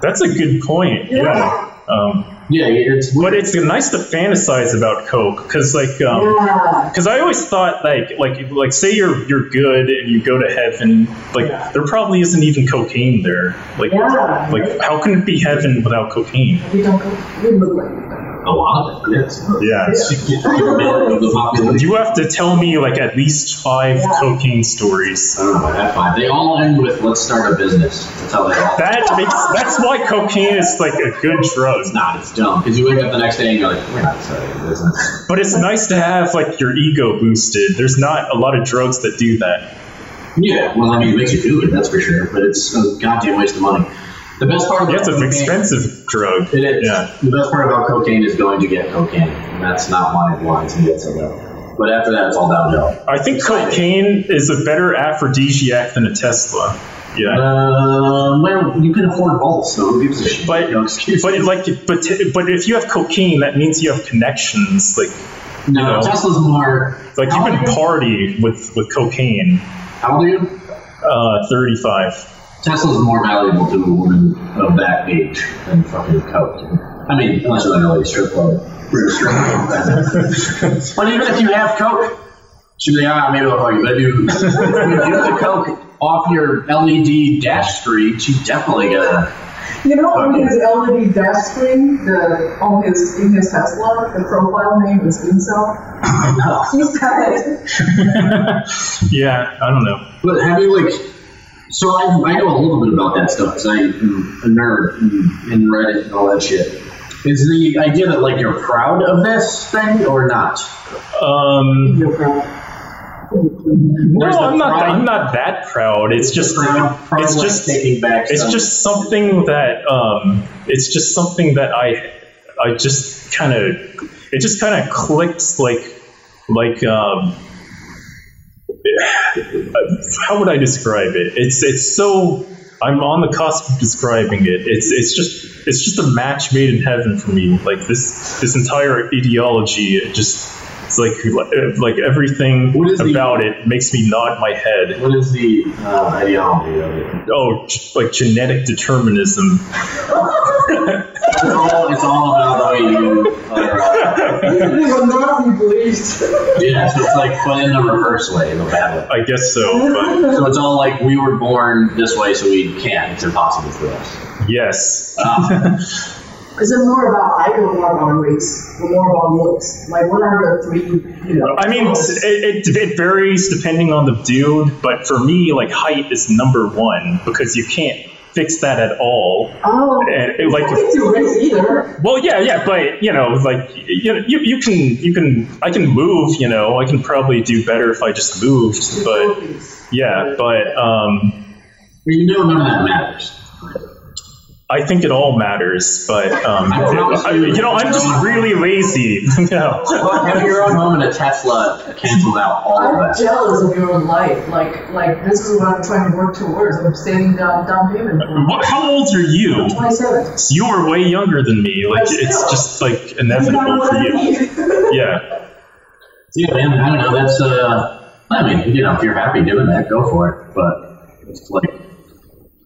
Speaker 1: that's a good point. Yeah.
Speaker 4: Yeah.
Speaker 1: Um,
Speaker 3: *laughs* Yeah, it's
Speaker 1: but it's nice to fantasize about coke because, like, um,
Speaker 4: Yeah.
Speaker 1: Because I always thought like like like say you're you're good and you go to heaven like
Speaker 4: Yeah.
Speaker 1: there probably isn't even cocaine there like
Speaker 4: Yeah.
Speaker 1: like how can it be heaven without cocaine?
Speaker 4: We don't coke. We look like.
Speaker 3: a lot of it. Yes.
Speaker 1: Yeah.
Speaker 3: the population.
Speaker 1: You have to tell me like at least five
Speaker 4: Yeah.
Speaker 1: cocaine stories.
Speaker 3: I don't know about that five. They all end with "Let's start a business." That's how they all.
Speaker 1: That makes that's why cocaine is like a good drug.
Speaker 3: It's not. It's dumb. Because you wake up the next day and you're like, "We're not starting a business."
Speaker 1: But it's nice to have like your ego boosted. There's not a lot of drugs that do that.
Speaker 3: Yeah. Well, I mean, it makes you do it. That's for sure. But it's a goddamn waste of money. The best part about
Speaker 1: Yeah, it's an
Speaker 3: cocaine-
Speaker 1: expensive drug.
Speaker 3: It is.
Speaker 1: Yeah.
Speaker 3: The best part about cocaine is going to get cocaine. And that's not why it wants to get so well. But after that, it's all downhill.
Speaker 1: I think cocaine is a better aphrodisiac than a Tesla. Yeah.
Speaker 3: Um, well, you can afford both, so who gives a shit?
Speaker 1: But-
Speaker 3: no excuse.
Speaker 1: But like, but but if you have cocaine, that means you have connections. Like,
Speaker 3: no,
Speaker 1: you know.
Speaker 3: Tesla's more.
Speaker 1: like you
Speaker 3: how old
Speaker 1: can
Speaker 3: are
Speaker 1: party with with cocaine.
Speaker 3: How old are you?
Speaker 1: Uh, thirty five.
Speaker 3: Tesla's more valuable to a woman of that age than fucking coke. I mean, unless you're in a strip club. We're a strip club. but even if you have coke, she'd be like, ah, maybe I'll call you. But if you, if you do the coke off your LED dash screen, she's definitely gonna.
Speaker 4: You know, on his LED dash screen, the on his in his Tesla, the profile name is
Speaker 1: *laughs*
Speaker 4: Intel.
Speaker 3: No.
Speaker 4: He's got it.
Speaker 1: Yeah, I don't know.
Speaker 3: *laughs* But have you like? So I, I know a little bit about that stuff because I'm a nerd and, and Reddit and all that shit. Is the idea that like you're proud of this thing or not?
Speaker 1: Um,
Speaker 4: You're proud.
Speaker 1: no,
Speaker 3: There's the
Speaker 1: I'm not.
Speaker 3: pride.
Speaker 1: I'm not that proud. It's just.
Speaker 3: proud, proud
Speaker 1: It's
Speaker 3: like,
Speaker 1: just.
Speaker 3: taking back.
Speaker 1: It's
Speaker 3: some-
Speaker 1: just something that. Um, it's just something that I. I just kind of. It just kind of clicks like, like um. *sighs* how would I describe it? It's it's so I'm on the cusp of describing it. It's it's just it's just a match made in heaven for me. Like this this entire ideology, it just it's like like everything
Speaker 3: What is the-
Speaker 1: about it makes me nod my head.
Speaker 3: What is the uh, ideology of it?
Speaker 1: Oh, g- like genetic determinism.
Speaker 3: It's all, it's all about the way you are. Uh,
Speaker 4: It will not be bleached.
Speaker 3: yeah, so it's like, but in the reverse way, in the bad way.
Speaker 1: I guess so.
Speaker 3: So it's all like we were born this way, so we can't. It's impossible for us.
Speaker 1: But yes,
Speaker 3: Uh,
Speaker 4: Is it more about height or more about race? Or more about looks? Like, what are the three, you know?
Speaker 1: I mean it, it it varies depending on the dude, but for me, like height is number one because you can't fix that at all.
Speaker 4: oh,
Speaker 1: and it- like-
Speaker 4: I think do race either.
Speaker 1: Well, yeah, yeah, but you know, like you, you, you can, you can, I can move. You know, I can probably do better if I just moved. But
Speaker 4: Philippines.
Speaker 1: Yeah, but um,
Speaker 3: You know none of that matters.
Speaker 1: I think it all matters. But um,
Speaker 3: I promise
Speaker 1: I-
Speaker 3: you-
Speaker 1: you know, I'm just really lazy. *laughs* no.
Speaker 3: But have your own moment at Tesla cancel out all of
Speaker 2: I'm
Speaker 3: that.
Speaker 2: jealous of your life. Like, like this is what I'm trying to work towards. I'm saving down down payment for
Speaker 1: What, how old are you?
Speaker 2: 27.
Speaker 1: You are way younger than me. Like
Speaker 2: But still.
Speaker 1: it's just like
Speaker 2: You know
Speaker 1: inevitable
Speaker 2: what
Speaker 1: for
Speaker 2: I
Speaker 1: you.
Speaker 2: mean?
Speaker 1: Yeah.
Speaker 3: Yeah, man, I don't know. That's, uh, I mean, you know, if you're happy doing that, go for it. But it's like,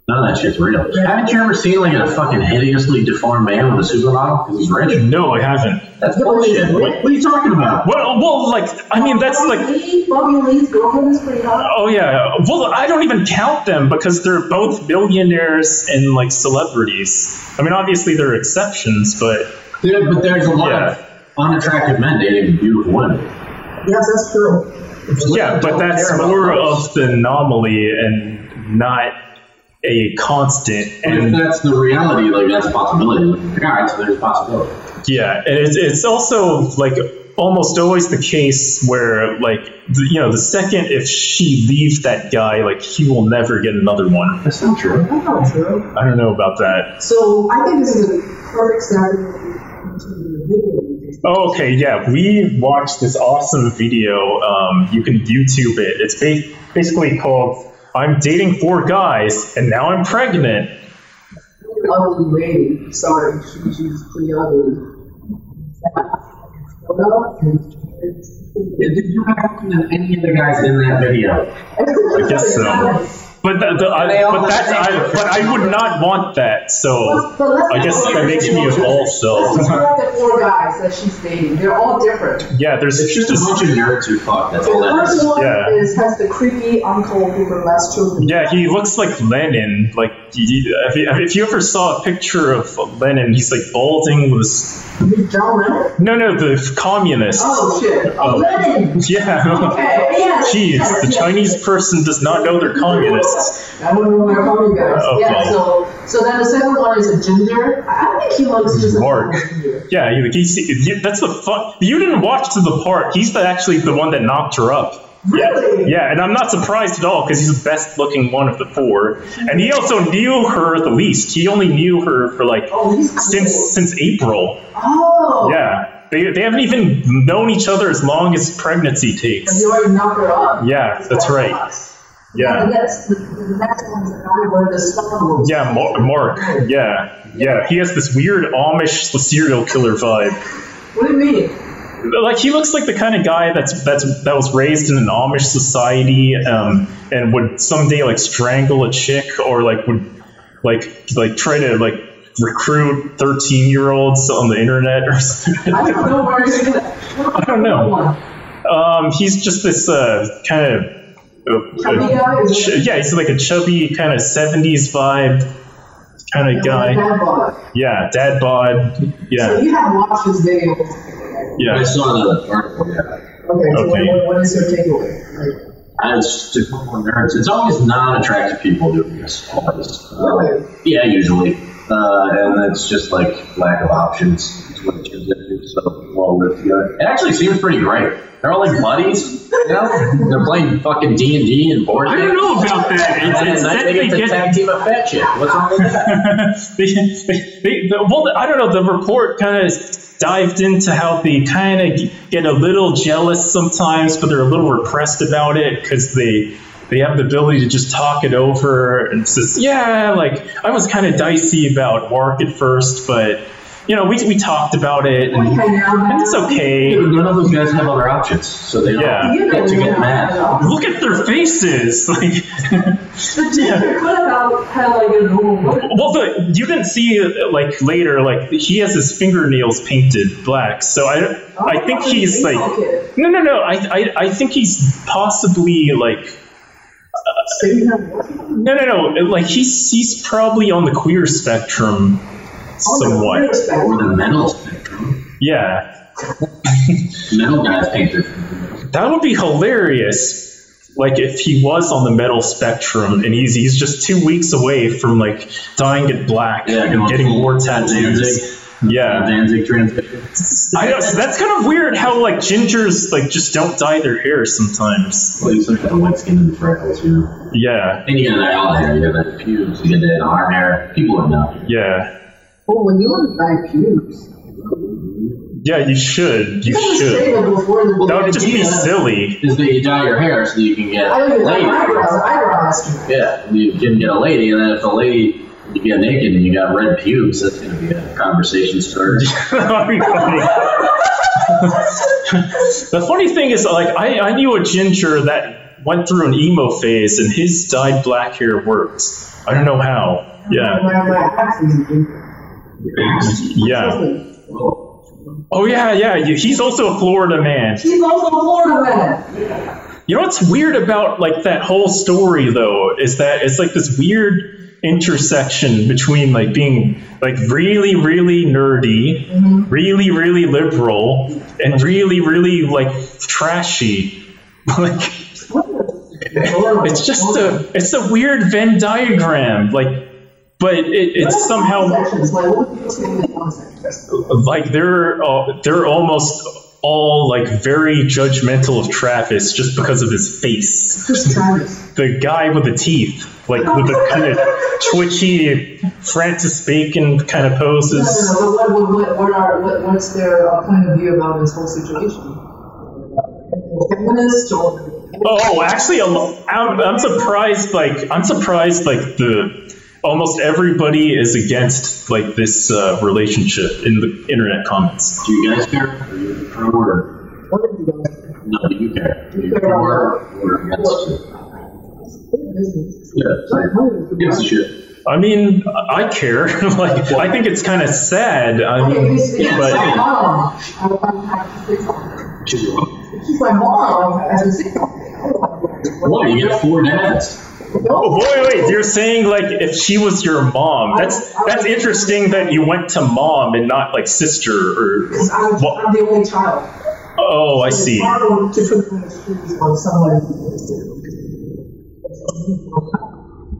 Speaker 3: none of that shit's real. Haven't you ever seen, like, a fucking hideously deformed man with a supermodel? Because he's rich?
Speaker 1: No, I haven't.
Speaker 3: That's bullshit. What, what are you talking about?
Speaker 1: Well, well, like I mean, that's
Speaker 2: Bobby
Speaker 1: like.
Speaker 2: Lee, Bobby Lee's girlfriend is pretty hot.
Speaker 1: Oh yeah. Well, I don't even count them because they're both billionaires and like celebrities. I mean, obviously there are exceptions, but
Speaker 3: Dude, but there's a lot
Speaker 1: Yeah.
Speaker 3: of unattractive men dating beautiful women.
Speaker 2: Yes, that's true.
Speaker 1: yeah, but that's more of the anomaly and not a constant.
Speaker 3: And if
Speaker 1: And
Speaker 3: that's the reality, like, that's a possibility. Like, all right, so there's a possibility.
Speaker 1: yeah, and it's it's also like almost always the case where like the, you know the second if she leaves that guy, like he will never get another one.
Speaker 3: That's not true.
Speaker 2: That's not true.
Speaker 1: I don't know about that.
Speaker 2: So I think this is a perfect segue into the video. we did.
Speaker 1: Oh, okay, yeah, we watched this awesome video. Um, you can YouTube it. It's ba- basically called "I'm dating four guys and now I'm pregnant."
Speaker 2: Ugly lady. Sorry, she, she's pretty ugly.
Speaker 3: Did you happen to any of the guys in that video?
Speaker 1: I guess so. But the, the,
Speaker 3: They
Speaker 1: I,
Speaker 3: all
Speaker 1: but
Speaker 3: look
Speaker 1: that's I,
Speaker 3: strange.
Speaker 1: but I would not want that. So I guess that makes me
Speaker 2: *laughs*
Speaker 1: a ball
Speaker 2: Let's
Speaker 1: cell.
Speaker 2: not the four guys that she's dating. They're all different.
Speaker 1: Yeah, there's
Speaker 3: It's just a
Speaker 1: just
Speaker 3: bunch of nerds who fuck. That's
Speaker 2: The
Speaker 3: all that
Speaker 2: first
Speaker 3: is.
Speaker 2: one
Speaker 1: Yeah.
Speaker 2: is has the creepy uncle who molest children.
Speaker 1: yeah. He looks like Lenin. Like he- if you, if you ever saw a picture of Lenin, he's like balding. Was
Speaker 2: John Lennon?
Speaker 1: no, no, the communist.
Speaker 2: Oh shit.
Speaker 1: Oh.
Speaker 2: Lennon. *laughs*
Speaker 1: Yeah.
Speaker 2: Okay. Yeah.
Speaker 1: Jeez, the Chinese person does not know they're communists.
Speaker 2: I don't know where I'm from, you guys.
Speaker 1: Okay.
Speaker 2: Yeah, so so then the second one is a ginger. I I think he looks just
Speaker 1: Mark.
Speaker 2: like a ginger.
Speaker 1: Yeah, he- like he's, he- that's the fun. You didn't watch to the part. He's the, actually the one that knocked her up.
Speaker 2: Really?
Speaker 1: Yeah, and I'm not surprised at all because he's the best looking one of the four, and he also knew her the least. He only knew her for like
Speaker 2: Oh, he's cool.
Speaker 1: since since April.
Speaker 2: Oh.
Speaker 1: Yeah, they they haven't even known each other as long as pregnancy
Speaker 2: And
Speaker 1: takes.
Speaker 2: he already knocked her up.
Speaker 1: Yeah, that's right.
Speaker 2: Sucks. And
Speaker 1: Yeah,
Speaker 2: that's the, the next one's the guy where the sun was.
Speaker 1: yeah, Mar- Mark. Yeah, yeah, he has this weird Amish serial killer vibe.
Speaker 2: What do you mean?
Speaker 1: Like he looks like the kind of guy that's that's that was raised in an Amish society, um, and would someday like strangle a chick or like would like like try to like recruit thirteen year olds on the internet or something.
Speaker 2: I don't know where he's gonna.
Speaker 1: I don't know. Um, he's just this uh, kind of.
Speaker 2: Chubby guy, is it?
Speaker 1: yeah, he's like a chubby kind of '70s vibe kind of guy.
Speaker 2: Bad boy.
Speaker 1: Yeah, dad bod.
Speaker 2: So
Speaker 1: Yeah,
Speaker 2: you have watched this video. Okay.
Speaker 3: I
Speaker 1: yeah.
Speaker 3: saw the article, yeah.
Speaker 2: So what,
Speaker 1: Okay.
Speaker 2: what- what is your takeaway? Like,
Speaker 3: I was just a couple of nerds. It's always non-attractive people doing this. Always.
Speaker 2: Really?
Speaker 1: Mm-hmm.
Speaker 3: Yeah, usually. Uh, and it's just like lack of options. It's what it turns into. So well lived together. It actually seems pretty great. They're all like buddies. You know, they're playing fucking D and D and board.
Speaker 1: I don't
Speaker 3: games.
Speaker 1: know about that.
Speaker 3: And
Speaker 1: It's, it's
Speaker 3: then
Speaker 1: that
Speaker 3: they
Speaker 1: they
Speaker 3: get to
Speaker 1: get
Speaker 3: tag team of fat shit. What's wrong
Speaker 1: *laughs*
Speaker 3: with that?
Speaker 1: they, they, they, the, well, I don't know. The report kind of dived into how they kind of get a little jealous sometimes, but they're a little repressed about it because they they have the ability to just talk it over. And it's just, yeah, like I was kind of dicey about Mark at first, but you know, we we talked about it,
Speaker 2: we
Speaker 1: and,
Speaker 2: hang out
Speaker 1: and it's
Speaker 2: now.
Speaker 1: okay.
Speaker 3: Dude, none of those guys have other options, so they don't
Speaker 1: Yeah.
Speaker 2: You
Speaker 3: get
Speaker 2: don't
Speaker 3: to get
Speaker 2: know.
Speaker 3: mad.
Speaker 1: Look at their faces, *laughs* like.
Speaker 2: The ginger could have had like a normal look.
Speaker 1: Well, the, you didn't see uh, like later, like he has his fingernails painted black. So I, I think he's like,
Speaker 2: Oh, Okay.
Speaker 1: no, no, no. I, I, I think he's possibly like, uh,
Speaker 2: So you have on
Speaker 1: no, no, no. Like he's he's probably on the queer spectrum,
Speaker 2: The
Speaker 1: somewhat.
Speaker 2: queer spectrum.
Speaker 3: Or the metal spectrum.
Speaker 1: Yeah,
Speaker 3: Metal guys paint their
Speaker 1: that would be hilarious. Like if he was on the metal spectrum and he's he's just two weeks away from like dying it black
Speaker 3: Yeah,
Speaker 1: and
Speaker 3: going
Speaker 1: getting
Speaker 3: full-
Speaker 1: more
Speaker 3: full
Speaker 1: tattoos.
Speaker 3: Danzig. Uh,
Speaker 1: Yeah.
Speaker 3: Danzig transmission.
Speaker 1: I know, so that's kind of weird how like gingers like just don't dye their hair sometimes.
Speaker 3: Well, you sort of got white skin and freckles, you know.
Speaker 1: Yeah,
Speaker 3: And you got that all hair, you got that pubes, you got that arm hair. People would know.
Speaker 1: yeah.
Speaker 2: Well, when you look back, you
Speaker 1: Yeah, you should. You
Speaker 2: was
Speaker 1: should.
Speaker 2: stable before the
Speaker 1: That would just be
Speaker 3: Yeah.
Speaker 1: silly. *laughs*
Speaker 3: Is that you dye your hair so that you can get
Speaker 2: I don't
Speaker 3: ladies.
Speaker 2: even like eyebrows. Eyebrows do that.
Speaker 3: Yeah, and you can get a lady, and then if the lady you get naked and you got red pubes, that's going to be a conversation starter.
Speaker 1: That'd be funny. *laughs* the funny thing is, like, I, I knew a ginger that went through an emo phase, and his dyed black hair worked. I don't know how. Yeah,
Speaker 2: My, my accent is different.
Speaker 1: yeah. Oh yeah, yeah. you- He's also a Florida man.
Speaker 2: He's also a Florida man.
Speaker 1: You know what's weird about like that whole story though is that it's like this weird intersection between like being like really really nerdy, really really liberal, and really really like trashy. *laughs* Like it's just a it's a weird Venn diagram. Like, but it, it's somehow
Speaker 2: Sections, like, what would you say in the context?
Speaker 1: like they're uh, they're almost all like very judgmental of Travis just because of his face
Speaker 2: Chris Travis.
Speaker 1: the guy with the teeth, like with the kind of twitchy Francis Bacon kind of
Speaker 2: No,
Speaker 1: poses.
Speaker 2: no, no. What, what, what, what are, what, what's their uh, point of view about this whole situation? Feminist or
Speaker 1: Oh, actually, a lo- I'm, I'm surprised. Like, I'm surprised. Like the almost everybody is against like this uh, relationship in the internet comments.
Speaker 3: Do you guys care? Are you pro or
Speaker 2: what are you guys?
Speaker 3: no? Do you care? Are you
Speaker 2: Care
Speaker 3: pro
Speaker 2: about
Speaker 3: or or against it?
Speaker 2: What business?
Speaker 3: Yeah, same. Gives a shit.
Speaker 1: I mean, I I care. *laughs* like, I think it's kind of sad. I
Speaker 2: Okay,
Speaker 1: mean,
Speaker 2: it's, it's
Speaker 1: but-
Speaker 2: my mom. um, I, I, I, it's,
Speaker 3: She's your mom.
Speaker 2: she's my mom. I, I just say something. I don't want to-
Speaker 3: What? You got four dads.
Speaker 1: oh, wait, wait. You're saying like if she was your mom? That's that's interesting that you went to mom and not like sister or.
Speaker 2: Because I'm,
Speaker 1: What?
Speaker 2: I'm the only child.
Speaker 1: Oh, I see.
Speaker 2: It's hard to put them in the shoes of someone.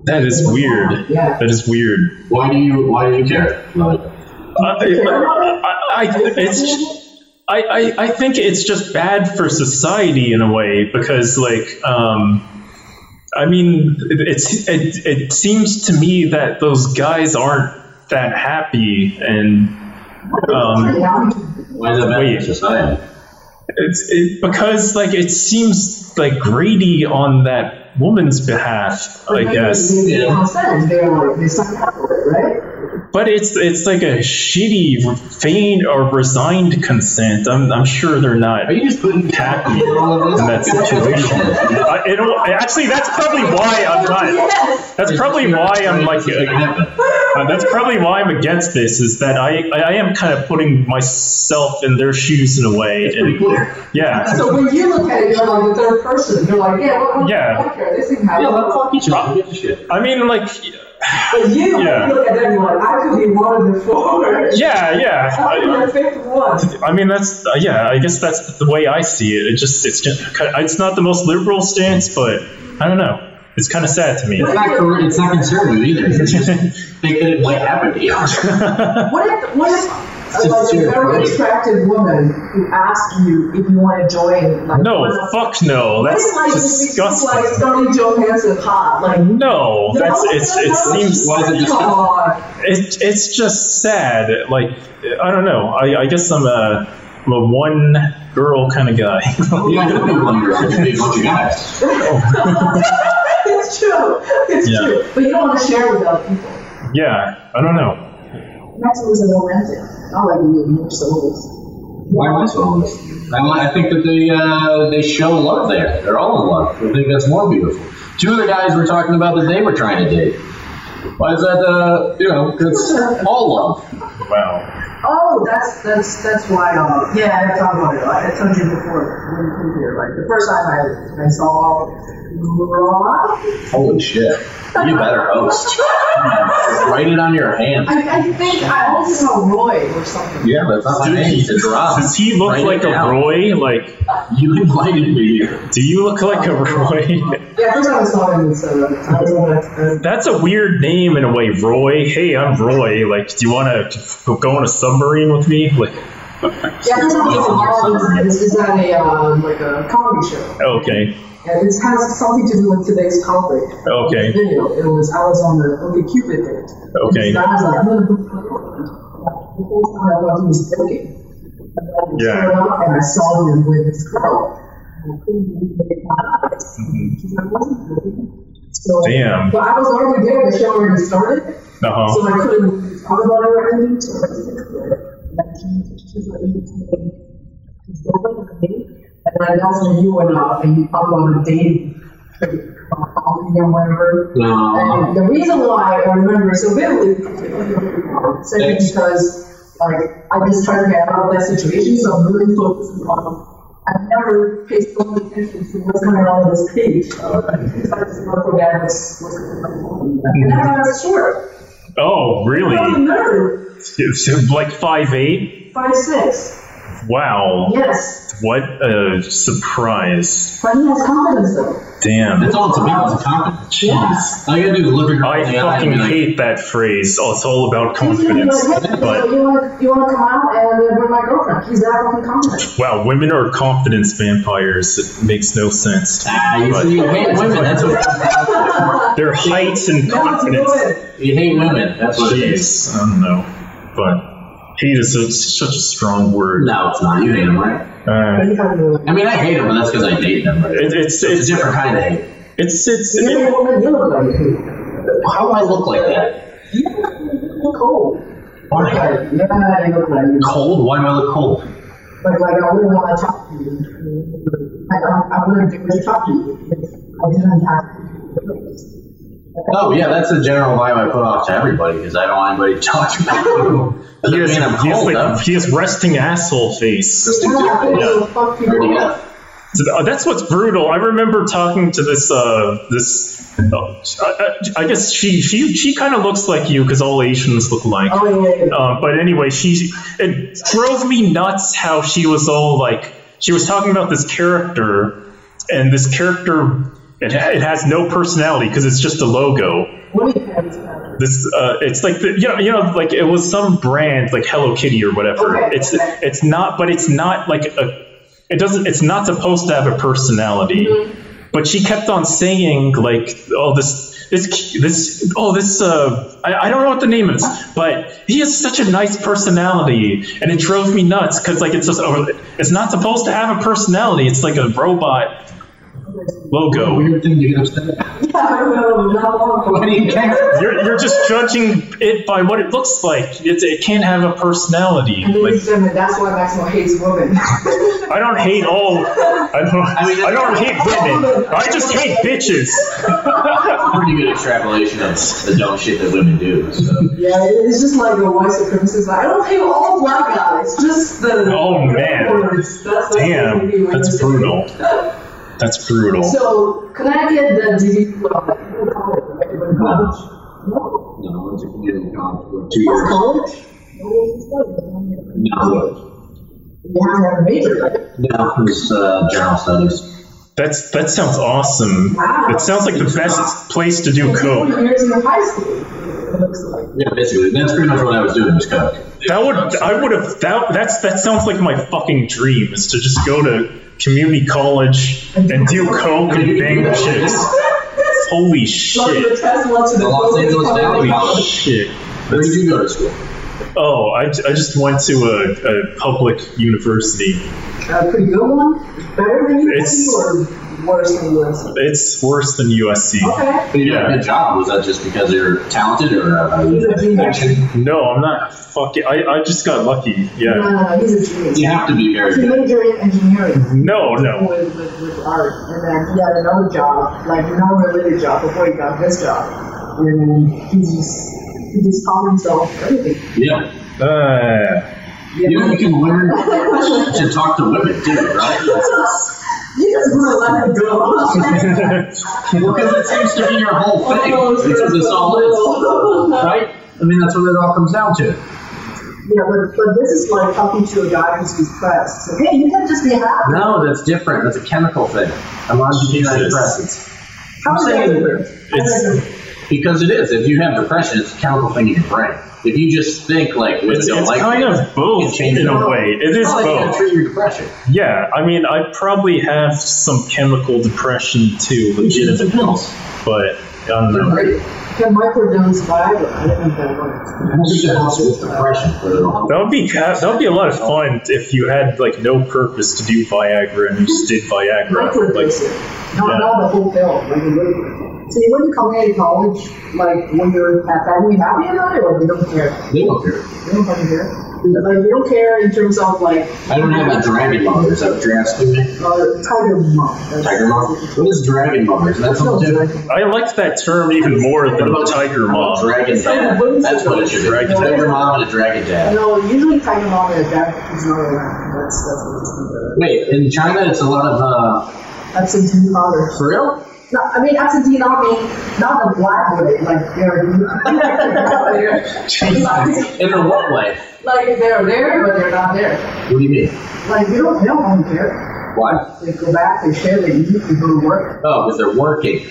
Speaker 1: That is weird.
Speaker 2: Yeah.
Speaker 1: That is weird.
Speaker 3: Why do you? Why do you care? Like,
Speaker 1: I, I, I, I- it's ju- I, I, I think it's just bad for society in a way because like um, I mean it- it's it, it seems to me that those guys aren't that happy and um,
Speaker 3: why is that bad
Speaker 1: Wait.
Speaker 3: for society?
Speaker 1: it's it, because like it seems like greedy on that woman's behalf I guess
Speaker 2: They
Speaker 3: Yeah.
Speaker 2: consent. They're like, they sign up for it, right?
Speaker 1: But it's it's like a shitty, feigned or resigned consent. I'm I'm sure they're not.
Speaker 3: Are you just putting
Speaker 1: Happy
Speaker 3: in all of
Speaker 1: in that
Speaker 3: this?
Speaker 1: situation. I, it, actually, that's probably why I'm not.
Speaker 2: Yes.
Speaker 1: That's probably why I'm like. uh, that's probably why I'm against this. Is that I I am kind of putting myself in their shoes in a way. And,
Speaker 3: clear.
Speaker 1: yeah.
Speaker 2: So when you look at it, you're like the third person. You're like, yeah, what, what
Speaker 1: Yeah.
Speaker 2: I don't care. This thing
Speaker 3: Yeah,
Speaker 2: happened.
Speaker 3: let fuck each other. Who gives a shit?
Speaker 1: I mean, like,
Speaker 2: but you, when
Speaker 1: Yeah.
Speaker 2: you look at them, you're like, I could be one of the four.
Speaker 1: yeah, yeah.
Speaker 2: *laughs* I'm
Speaker 1: I-
Speaker 2: the fifth one.
Speaker 1: I mean, that's uh, yeah. I guess that's the way I see it. It just it's just it's not the most liberal stance, but I don't know. It's kind of sad to me.
Speaker 3: It's not, cor- it's not conservative either. It's just think that it might happen to you.
Speaker 2: What if, what if
Speaker 3: It's
Speaker 2: a, like,
Speaker 3: just
Speaker 2: a very
Speaker 3: great.
Speaker 2: attractive woman who asked you if you want to join? Like,
Speaker 1: No, fuck no.
Speaker 2: What if, like,
Speaker 1: That's
Speaker 2: this is, like
Speaker 1: disgusting.
Speaker 2: Scarlett Johansson hot? Like, no,
Speaker 1: No, that's it's it
Speaker 2: no,
Speaker 1: seems
Speaker 3: Why is it
Speaker 2: Come
Speaker 3: disgusting?
Speaker 2: on. *laughs*
Speaker 1: it, it's just sad. Like I don't know. I, I guess I'm a I'm a one girl kind of guy. *laughs*
Speaker 3: Yeah, I would be wondering. It'd be a bunch of guys.
Speaker 2: It's true. It's
Speaker 1: Yeah.
Speaker 2: true. But you don't want to share with other people.
Speaker 1: yeah, I don't know.
Speaker 2: Next was a romantic. I like you and your souls.
Speaker 3: Why am I so honest? I, li- I think that they uh, they show love there. They're all in love. I think that's more beautiful. Two of the guys were talking about that they were trying to date. Why is that? Uh, you know, that's all love.
Speaker 1: Wow.
Speaker 2: Oh, that's that's that's why. Um, yeah, I talked about it. I I told you before when you came here. Like the first time I, I saw
Speaker 4: raw.
Speaker 3: Holy shit. You better host. Man, Write it on your hand.
Speaker 2: I, I think I always saw Roy or something.
Speaker 3: Yeah, that's not my name. He's a drop.
Speaker 1: Does he look
Speaker 3: Write it
Speaker 1: like a
Speaker 3: down.
Speaker 1: Roy? Like,
Speaker 3: *laughs* You invited me here.
Speaker 1: do you look like a *laughs* Roy?
Speaker 2: Yeah, first time I saw him in Sarah. I was like,
Speaker 1: That's a weird name in a way, Roy. Hey, I'm Roy. Like, do you want to go on a submarine with me? Like,
Speaker 2: yeah, first time I saw him was is at a um, like a comedy show,
Speaker 1: okay,
Speaker 2: and this has something to do with today's topic.
Speaker 1: okay,
Speaker 2: Video. It was I was on the OK Cupid date.
Speaker 1: okay.
Speaker 2: And I was like, I'm gonna book my girlfriend. The first time I thought he was joking. And I just
Speaker 1: Yeah.
Speaker 2: turned around And I saw him with his girl. And I couldn't believe my eyes. Because I wasn't joking. So,
Speaker 1: Mm-hmm. Damn.
Speaker 2: But I was already there. The show already started.
Speaker 1: Uh huh.
Speaker 2: So I couldn't talk about it or anything. So I just like, and I also you went off and you probably on a date, like, coffee or whatever.
Speaker 3: No.
Speaker 2: And the reason why I remember so vividly is simply because like I just tried to get out of that situation, so I'm really focusing on. I've never paid so much attention to what's going on on this page. Because I just never forget what's what's going on. And that guy was short.
Speaker 1: Oh,
Speaker 2: He was a
Speaker 1: really? *laughs*
Speaker 2: nerd.
Speaker 1: It's like five eight.
Speaker 2: Five six.
Speaker 1: Wow.
Speaker 2: Yes.
Speaker 1: What a surprise.
Speaker 2: But he has confidence though.
Speaker 1: Damn.
Speaker 3: That's all it's about. It's a confidence. Jeez. All you gotta do is look at your
Speaker 1: I
Speaker 3: own AI and
Speaker 1: fucking
Speaker 3: be like,
Speaker 1: hate that phrase. Oh, it's all about
Speaker 2: He's gonna be
Speaker 1: confidence.
Speaker 2: like, hey,
Speaker 1: But
Speaker 2: you want you want to come out and bring my girlfriend? He's that fucking *laughs* confident.
Speaker 1: wow, women are confidence vampires. It makes no sense. to me,
Speaker 3: ah, you,
Speaker 1: but
Speaker 3: you hate women.
Speaker 1: *laughs*
Speaker 3: That's what
Speaker 1: their height and
Speaker 2: Now it's
Speaker 1: confidence.
Speaker 2: good.
Speaker 3: you hate women. That's what it is.
Speaker 1: Jeez, I don't know. But hate is a, such a strong word.
Speaker 3: No, it's not. You hate them, right?
Speaker 1: Uh,
Speaker 2: You have to-
Speaker 3: I mean, I hate them, but that's because I date them, right?
Speaker 1: it, it's
Speaker 3: It's a
Speaker 1: it's
Speaker 3: different kind of hate.
Speaker 1: it's it's
Speaker 2: You're the
Speaker 1: it,
Speaker 2: woman you look like. You
Speaker 3: How do I look like that?
Speaker 2: look cold.
Speaker 3: Why do I
Speaker 2: Like, yeah, I look like you.
Speaker 3: cold? Why do I look cold?
Speaker 2: But like, I wouldn't want to talk to you. Like, I, I wouldn't really talk to you. I didn't have
Speaker 3: Oh yeah, that's the general vibe I put off to everybody because I don't want anybody talking about *laughs* them. Doesn't
Speaker 1: he is,
Speaker 3: mean I'm
Speaker 1: he is
Speaker 3: cold,
Speaker 1: like
Speaker 3: though.
Speaker 1: he is resting asshole face.
Speaker 2: yeah. Fuck
Speaker 3: Or do
Speaker 2: you.
Speaker 3: you-
Speaker 2: up.
Speaker 1: So th- Oh, that's what's brutal. I remember talking to this uh, this. oh, I, I, I guess she she she kind of looks like you because all Asians look alike.
Speaker 2: Oh yeah, yeah. yeah.
Speaker 1: Um, but anyway, she it drove me nuts how she was all like she was talking about this character, and this character it, ha- it has no personality because it's just a logo.
Speaker 2: What do you *laughs* think? about it?
Speaker 1: This uh, it's like the, you know you know like it was some brand like Hello Kitty or whatever.
Speaker 2: Okay,
Speaker 1: it's
Speaker 2: okay.
Speaker 1: it's not but it's not like a it doesn't it's not supposed to have a personality.
Speaker 2: Mm-hmm.
Speaker 1: But she kept on saying like oh this this this oh this uh I, I don't know what the name is but he has such a nice personality and it drove me nuts because like it's just oh, it's not supposed to have a personality it's like a robot logo
Speaker 3: Weird thing to get upset. about.
Speaker 2: Yeah, I don't know. Not long
Speaker 3: Why do you care?
Speaker 1: You're, you're just judging it by what it looks like. It, it can't have a personality.
Speaker 2: And
Speaker 1: Like
Speaker 2: ladies and gentlemen, that's why Maxwell hates women. *laughs*
Speaker 1: I don't hate all. I don't. I,
Speaker 3: mean,
Speaker 1: don't hate women. I just hate bitches.
Speaker 3: Pretty good extrapolation of the dumb shit that women do. So.
Speaker 2: yeah, it- it's just like a white supremacist. Like, I don't hate all black guys, just the.
Speaker 1: Oh, man.
Speaker 2: That's, that's
Speaker 1: Damn, that's
Speaker 2: brutal.
Speaker 1: brutal. That's brutal.
Speaker 2: So Connecticut, then did you well, you were college? right? You were in college? No.
Speaker 3: No, it's a community college for two years.
Speaker 2: That's college. No, it's not.
Speaker 3: No,
Speaker 2: You have to have a major, right?
Speaker 3: no, it was uh, general studies.
Speaker 1: That's that sounds awesome.
Speaker 2: Wow.
Speaker 1: It sounds like the best place to do
Speaker 2: It's
Speaker 1: coke.
Speaker 2: four years in high school. It looks like. *laughs*
Speaker 3: Yeah, basically, that's pretty much what I was doing was coke.
Speaker 1: That would I would have that that's that sounds like my fucking dream is to just go to community college and do coke and bang chicks. Holy
Speaker 2: Love
Speaker 1: shit.
Speaker 2: the Tesla to the
Speaker 3: The Los
Speaker 2: Golden
Speaker 3: Angeles
Speaker 2: College.
Speaker 3: Valley College.
Speaker 1: Shit.
Speaker 3: Where did you go to school?
Speaker 1: Oh, I, I just went to a, a public university.
Speaker 2: A pretty good Uh, one. Better than you
Speaker 1: It's-
Speaker 2: or worse than you.
Speaker 1: It's worse than USC.
Speaker 2: Okay.
Speaker 3: You got
Speaker 1: Yeah.
Speaker 3: a good job. Was that just because you're talented or uh, you
Speaker 2: He's a
Speaker 3: had
Speaker 2: genius.
Speaker 3: connection?
Speaker 1: No, I'm not fucking. I, I just got lucky.
Speaker 2: No,
Speaker 1: Yeah.
Speaker 2: no, no, Uh, he's a genius.
Speaker 3: You have to be very
Speaker 2: He
Speaker 3: good.
Speaker 2: majored in engineering.
Speaker 1: No, no.
Speaker 2: with, with, with art, and then he had another job, like non-related job, before he got this job. And then he just he just called himself everything.
Speaker 3: Yeah.
Speaker 1: Uh,
Speaker 2: *laughs*
Speaker 3: You know, you can learn to talk to women too, right?
Speaker 4: You just want to let it
Speaker 3: *laughs*
Speaker 4: go.
Speaker 3: Because it seems to be your whole thing.
Speaker 4: Oh,
Speaker 3: It's this is all it
Speaker 4: terrible.
Speaker 3: is, *laughs* right? I mean, that's what it all comes down to.
Speaker 4: Yeah, but, but this is like talking to a guy who's depressed. So, hey, you can just be happy.
Speaker 3: No, that's different. That's a chemical thing. I'm on
Speaker 1: Jesus.
Speaker 3: antidepressants.
Speaker 4: How
Speaker 3: I'm
Speaker 4: is that
Speaker 3: saying
Speaker 4: different?
Speaker 1: it's-
Speaker 4: How is that
Speaker 3: Because it is. If you have depression, it's a chemical thing in your brain. If you just think like, well,
Speaker 1: It's,
Speaker 3: I don't
Speaker 1: it's
Speaker 3: like
Speaker 1: kind
Speaker 3: it,
Speaker 1: of both
Speaker 3: change
Speaker 1: in
Speaker 3: it.
Speaker 1: a way. It is
Speaker 3: it's going to
Speaker 1: both.
Speaker 3: Oh, treat your depression.
Speaker 1: Yeah, I mean, I probably have some chemical depression too,
Speaker 3: Legitimate
Speaker 1: legitimate,
Speaker 3: pills.
Speaker 1: but I don't
Speaker 3: They're
Speaker 1: know.
Speaker 3: great.
Speaker 2: Yeah, microdose Viagra. I don't know if that works.
Speaker 3: I don't think it helps with depression, but it'll help.
Speaker 1: That would be that would be a lot of fun if you had like no purpose to do Viagra and you just did Viagra. Like,
Speaker 2: Microdose it. Not,
Speaker 1: yeah.
Speaker 2: not the whole pill. Like a little. So you went to community college, like when you're at that, were you happy about it or you don't care?
Speaker 3: They don't care.
Speaker 2: You don't fucking care. Like you don't care in terms of like
Speaker 3: I don't have a dragon mother. Is that what you're asking me?
Speaker 2: uh, tiger mom.
Speaker 3: Tiger mother? What is dragon mother? Is that something different?
Speaker 1: I liked that term even more than Tiger
Speaker 3: Mom.
Speaker 1: Mom.
Speaker 3: Dragon dad. That's what it should be.
Speaker 1: Dragon
Speaker 3: Dragon
Speaker 1: dad.
Speaker 3: mom and a dragon dad.
Speaker 2: No, usually tiger mom and a dad is not around. That's that's
Speaker 3: Wait, in China it's a lot of uh
Speaker 2: absentee father.
Speaker 3: for real?
Speaker 2: No, I mean absentee not mean not the black way, like *laughs* they're
Speaker 3: *laughs* In the what way?
Speaker 2: like they're there but they're not there.
Speaker 3: What do you mean?
Speaker 2: Like you don't they don't want them there.
Speaker 3: Why?
Speaker 2: They go back, they share, they eat, they go to work.
Speaker 3: Oh, because they're working.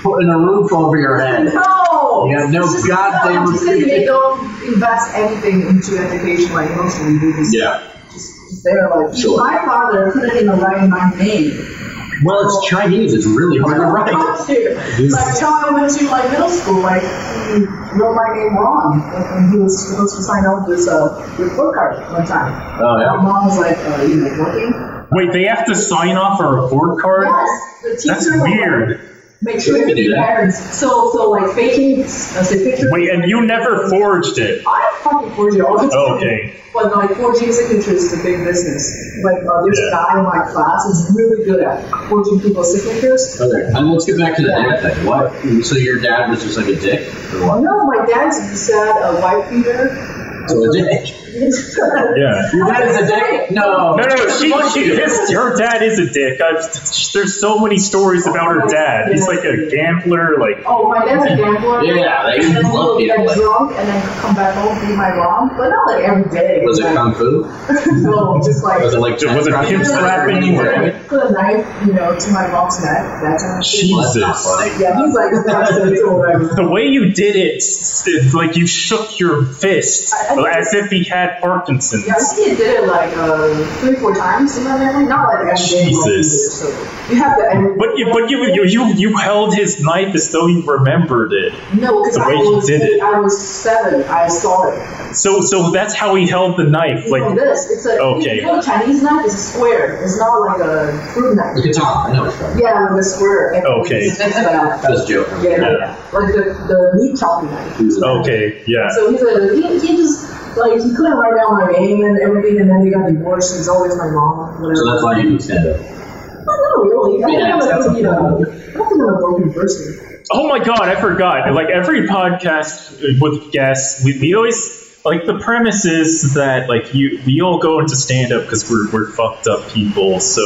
Speaker 3: Putting a roof over your head.
Speaker 2: No!
Speaker 3: Yeah, no
Speaker 2: It's just-
Speaker 3: goddamn
Speaker 2: I'm just saying
Speaker 3: reason.
Speaker 2: they don't invest anything into education like emotionally. They just,
Speaker 3: Yeah.
Speaker 2: just they're like
Speaker 3: Sure.
Speaker 2: my father couldn't even write my name.
Speaker 3: *laughs* Well it's Chinese, it's
Speaker 2: *laughs*
Speaker 3: really hard to write. This-
Speaker 2: Like until I went to like middle school, like he wrote my name wrong like, when he was supposed to sign out this uh report card one time.
Speaker 3: Oh, yeah.
Speaker 2: My mom was like, uh, you know, working.
Speaker 1: Wait, they have to sign off a report card?
Speaker 2: Yes, the teacher.
Speaker 1: That's
Speaker 2: was like,
Speaker 1: weird.
Speaker 2: Make sure
Speaker 3: You
Speaker 2: you
Speaker 3: can do
Speaker 2: your
Speaker 3: that.
Speaker 2: parents. So so like faking a signature.
Speaker 1: Wait, and you never forged it.
Speaker 2: I fucking forge it all the time.
Speaker 1: Okay.
Speaker 2: But like forging signatures is a big business. Like uh, there's
Speaker 1: Yeah.
Speaker 2: a guy in my class who's really good at forging people's signatures.
Speaker 3: Okay. And let's get back to the dad thing. What so your dad was just like a dick or
Speaker 2: Oh
Speaker 3: what?
Speaker 2: no, my dad's a sad uh, white beater. *laughs*
Speaker 3: So a dick.
Speaker 1: Yeah.
Speaker 3: Your dad is a dick? No.
Speaker 1: No, no, she, she is, her dad is a dick. I've, there's so many stories about her dad. He's like a gambler, like,
Speaker 2: Oh, my dad's a gambler.
Speaker 3: Yeah, they
Speaker 2: and then
Speaker 3: love
Speaker 2: he'll
Speaker 3: gambling.
Speaker 2: get drunk and then come back home be my mom, but not like every day.
Speaker 3: Was it
Speaker 2: like, *laughs*
Speaker 3: kung fu?
Speaker 2: No, just like
Speaker 3: Was it like
Speaker 1: Was it hip slapping?
Speaker 2: put a knife, you know, to my mom's neck. That kind of shit.
Speaker 1: Jesus.
Speaker 2: Yeah, he's like or whatever.
Speaker 1: The way you did it, it's it's like you shook your fist
Speaker 2: I- I-
Speaker 1: as if he had Parkinson's.
Speaker 2: Yeah, I think he did it like uh, three, four times in my memory. Not like every day. like,
Speaker 1: Jesus.
Speaker 2: So you have to. every-
Speaker 1: But you, but you, you, you, you held his knife as though you remembered it.
Speaker 2: No, because
Speaker 1: the
Speaker 2: I
Speaker 1: way he
Speaker 2: was
Speaker 1: did it.
Speaker 2: I was seven. I saw it.
Speaker 1: So, so that's how he held the knife.
Speaker 2: Like
Speaker 1: Like,
Speaker 2: this, it's a
Speaker 1: Okay.
Speaker 2: you know, Chinese knife is square. It's not like a fruit knife.
Speaker 3: The guitar. I know what you're talking
Speaker 2: Yeah, with a square. and
Speaker 1: Okay.
Speaker 2: it's just about-
Speaker 3: about. That was a joke.
Speaker 2: Yeah, yeah. like the, the meat chopping knife.
Speaker 3: He was a-
Speaker 1: okay, yeah.
Speaker 2: So he's like, he, he just, like, he couldn't write down my name and everything, and then we got divorced, he's always my mom, whatever.
Speaker 3: So that's why you do stand up.
Speaker 2: But not really. I think
Speaker 3: Yeah,
Speaker 2: I'm
Speaker 3: that's
Speaker 2: a,
Speaker 3: a
Speaker 2: you know, I don't think I'm a broken person.
Speaker 1: Oh my god, I forgot. Like every podcast with guests, we, we always like the premise is that like you we all go into stand up because we're we're fucked up people. So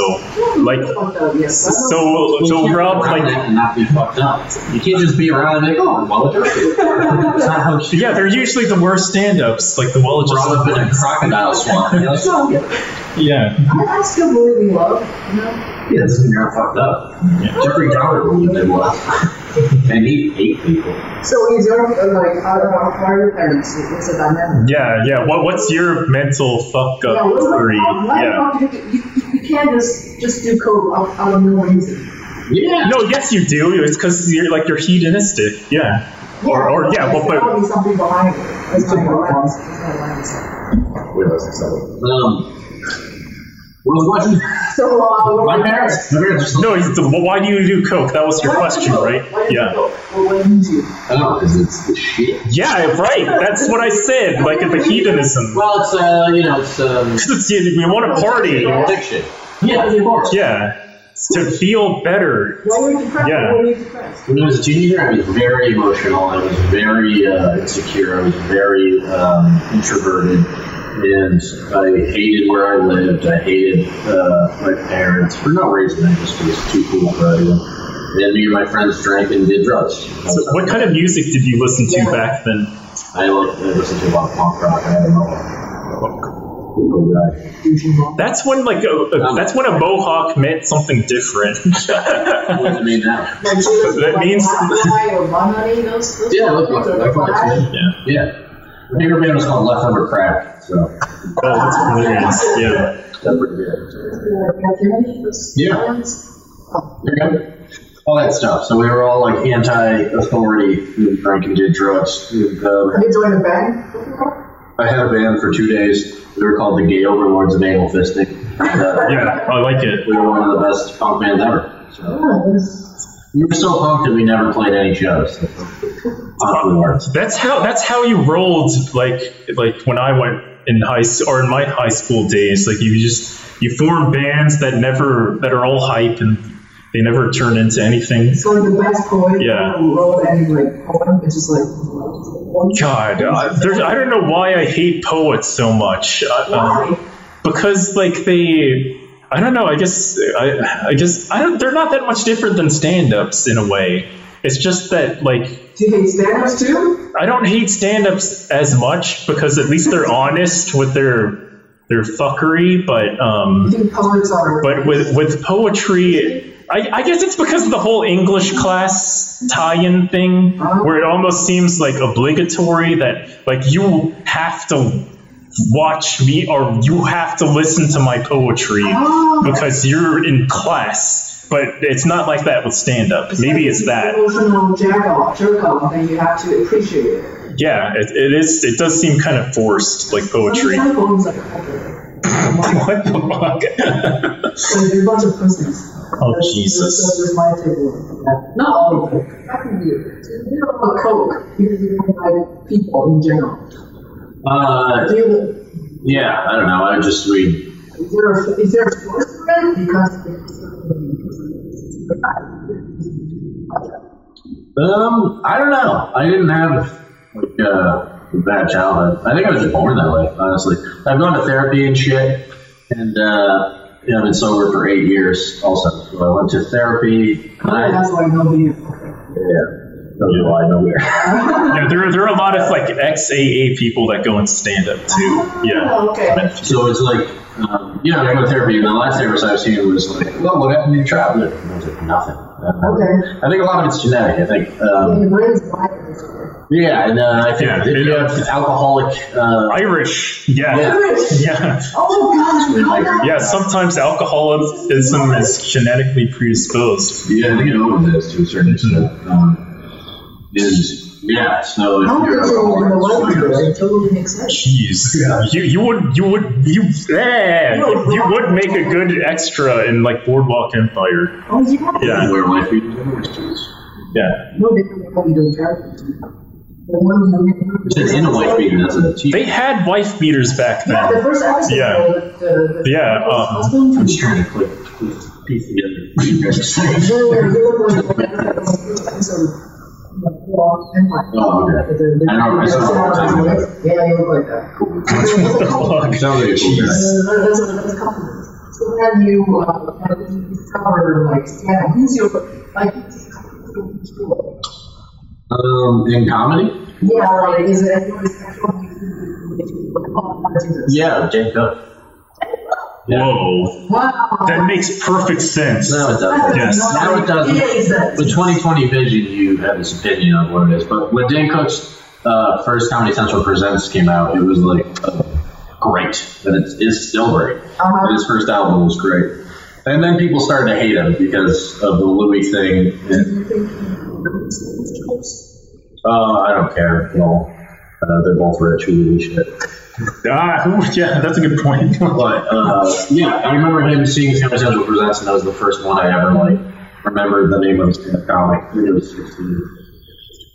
Speaker 1: like
Speaker 2: Fucked up, yes.
Speaker 1: so
Speaker 3: You
Speaker 1: so
Speaker 3: can't
Speaker 1: Rob
Speaker 3: be
Speaker 1: like
Speaker 3: around that and not be fucked up. You can't just be around and be like, oh, I'm well *laughs* adjusted. That's not how it should
Speaker 1: yeah, they're usually the worst stand ups. Like the well
Speaker 3: be. Brought up in a
Speaker 1: adjusted.
Speaker 3: crocodile swamp. You know, it's-
Speaker 2: So, yeah,
Speaker 1: Yeah.
Speaker 2: I, I still believe in love, you know?
Speaker 3: yeah, this is you're not fucked up. Jeffrey Dahmer believed in love. *laughs* And he ate people.
Speaker 2: So he's your, uh, like, I don't know, why are your parents? It's a dynamic.
Speaker 1: Yeah, yeah. What what's your mental fuck
Speaker 2: Yeah,
Speaker 1: up
Speaker 2: what's my
Speaker 1: theory?
Speaker 2: problem? Why
Speaker 1: Yeah.
Speaker 2: do I have to- you, you- you can't just, just do code out, out of no reason.
Speaker 3: Yeah.
Speaker 1: No, yes you do. It's because you're like you're hedonistic. Yeah. Or- or, yeah, well, but-
Speaker 2: There's gotta be something behind it. That's
Speaker 3: It's a
Speaker 2: my
Speaker 3: work
Speaker 2: line.
Speaker 3: box.
Speaker 2: That's my line.
Speaker 3: Um, what was watching?
Speaker 2: So, uh,
Speaker 3: My parents. My parents just
Speaker 1: No, it's the, why do you do coke? That was your
Speaker 2: Why
Speaker 1: question,
Speaker 2: do you-
Speaker 1: right?
Speaker 2: why do you
Speaker 1: Yeah.
Speaker 2: go? Well, what do you do?
Speaker 3: Oh, because it's the shit.
Speaker 1: Yeah, right. That's what I said. Like the hedonism. *laughs*
Speaker 3: Well, it's, uh, you know, it's, um,
Speaker 1: It's- We want to party.
Speaker 3: addiction. Yeah, of course.
Speaker 1: Yeah, it's to feel better.
Speaker 2: Why are you depressed?
Speaker 1: Yeah.
Speaker 2: Why are you depressed?
Speaker 3: When I was a teenager, I was very emotional. I was very uh, insecure. I was very um, introverted. and I hated where I lived. I hated uh, my parents for no reason. I just was too cool for everyone. And me and my friends drank and did drugs.
Speaker 1: So what kind of music did you listen to back then?
Speaker 3: I like I listened to a lot of punk rock. I don't know. Cool guy.
Speaker 1: *laughs* That's when like a, a- that's when a mohawk meant something different. *laughs* Oh,
Speaker 3: What does it mean now?
Speaker 2: Like, she was
Speaker 1: That
Speaker 2: like,
Speaker 1: means-
Speaker 2: Lafayette or Monterey, those, those
Speaker 3: Yeah, I like
Speaker 2: ones
Speaker 3: Left
Speaker 2: are
Speaker 3: Left
Speaker 2: fine.
Speaker 1: yeah.
Speaker 3: Left. Yeah. My favorite band was called Left Under Crack, so
Speaker 1: Oh, that's brilliant. Yeah.
Speaker 3: that's pretty good.
Speaker 2: Like, you know, those
Speaker 3: Yeah.
Speaker 2: ones.
Speaker 3: Yeah. All that stuff. So we were all like anti-authority. We drank and did drugs. Um,
Speaker 2: Have you joined a band?
Speaker 3: I had a band for two days. They were called the Gay Overlords of Anal Fisting. Uh,
Speaker 1: Yeah, I like it.
Speaker 3: We were one of the best punk bands ever. So
Speaker 2: Oh, that's-
Speaker 3: we were so punked that we never played any shows. Punk we were.
Speaker 1: That's how that's how you rolled like like when I went in high s- or in my high school days like you just you form bands that never that are all hype and they never turn into anything.
Speaker 2: It's like the best poet
Speaker 1: Yeah.
Speaker 2: in the world, and like poem, it's just like one
Speaker 1: God, uh, there's, I don't know why I hate poets so much. Uh, um,
Speaker 2: Why?
Speaker 1: because like they, I don't know. I guess I, I guess I don't. They're not that much different than stand-ups in a way. It's just that like
Speaker 2: Do you hate stand-ups too?
Speaker 1: I don't hate stand-ups as much because at least they're honest with their their fuckery. But
Speaker 2: I
Speaker 1: um,
Speaker 2: think poets are.
Speaker 1: but with with poetry, I, I guess it's because of the whole English class tie-in thing, where it almost seems like obligatory that like you have to watch me or you have to listen to my poetry because you're in class. But it's not like that with stand-up. Maybe it's that.
Speaker 2: Emotional jerk-off, jerk-off, and you have to appreciate it.
Speaker 1: Yeah, it, it is. It does seem kind of forced, like poetry. *laughs*
Speaker 2: Some poems are okay.
Speaker 1: what the fuck? *laughs*
Speaker 2: So there's a bunch of pussies.
Speaker 1: Oh,
Speaker 2: That's-
Speaker 1: Jesus.
Speaker 2: That's just my takeaway. Not all of them. That can be it. You don't like coke. You you don't like people in general.
Speaker 3: Uh,
Speaker 2: Do you,
Speaker 3: yeah, I don't know. I just we
Speaker 2: is there a, is there a source for it? Because
Speaker 3: um I don't know. I didn't have like uh, a bad childhood. I think I was just born that way. Honestly, I've gone to therapy and shit, and uh, yeah, I've been sober for eight years. Also, so I went to therapy. and I-
Speaker 2: that's why nobody is.
Speaker 3: Yeah. Don't know why, no where.
Speaker 1: Yeah, there, are- there are a lot of like XAA people that go and stand up too. Yeah.
Speaker 2: Oh, okay.
Speaker 3: *laughs* So it's like, um, you know, I go to therapy, and the last therapist I've seen was like, well, what happened to your childhood? And I was like, nothing. Uh,
Speaker 2: Okay.
Speaker 3: I think a lot of it's genetic. I think,
Speaker 2: And
Speaker 3: um,
Speaker 2: your brain is wired.
Speaker 3: yeah, and uh, I think
Speaker 1: Yeah,
Speaker 3: if you
Speaker 1: it-
Speaker 3: have alcoholic, uh,
Speaker 1: Irish. Yeah.
Speaker 2: Irish.
Speaker 1: Yeah.
Speaker 2: Oh gosh, we all got
Speaker 1: Yeah. Sometimes alcoholism is genetically predisposed.
Speaker 3: yeah, I think it overdoes to a certain extent. Um, is yeah, so if
Speaker 2: How
Speaker 3: you're
Speaker 2: did you in the
Speaker 3: alcoholic,
Speaker 2: library?
Speaker 3: it's-
Speaker 2: It totally makes sense.
Speaker 1: Jeez. You you would you would you yeah, you would make a good extra in like Boardwalk Empire.
Speaker 2: Oh yeah.
Speaker 1: Yeah.
Speaker 3: where life beaters.
Speaker 1: Yeah.
Speaker 2: No different than what we do in character. The one you
Speaker 3: It's an in a life beater. That's a cheap.
Speaker 1: They had wife beaters back
Speaker 2: Yeah, the
Speaker 1: then.
Speaker 2: first episode.
Speaker 1: Yeah.
Speaker 2: The, the, the
Speaker 1: Yeah,
Speaker 2: the
Speaker 1: um,
Speaker 2: husband.
Speaker 3: I'm just trying to click, click piece together.
Speaker 2: No, no, you look like the first episode. Walk and like.
Speaker 3: Oh, okay.
Speaker 2: The- the-
Speaker 3: I know, I saw that.
Speaker 2: Yeah, you look like that.
Speaker 3: Cool.
Speaker 1: Fuck.
Speaker 3: Sounds like a cool guy.
Speaker 2: Uh, that's what that's compliment. So then you uh, have to discover like yeah, who's your like
Speaker 3: Um, in comedy?
Speaker 2: yeah, like is it everyone is actually oh, I do this.
Speaker 3: Yeah, Jane Cook.
Speaker 1: Whoa.
Speaker 2: Wow.
Speaker 1: That makes perfect sense.
Speaker 3: No, it doesn't.
Speaker 1: Yes.
Speaker 3: No, it doesn't. The 2020 vision, you have this opinion on what it is. But when Dan Cook's uh, first Comedy Central Presents came out, it was like uh, great. And it is still great.
Speaker 2: Uh-huh.
Speaker 3: And his first album was great. And then people started to hate him because of the Louis thing. And, uh, I don't care. Well, uh, they're both rich. Who really shit?
Speaker 1: Ah, who- yeah, that's a good point.
Speaker 3: But uh, yeah, I remember him seeing Comedy Central Presents, and that was the first one I ever like remembered the name of the comic. I think it was 16.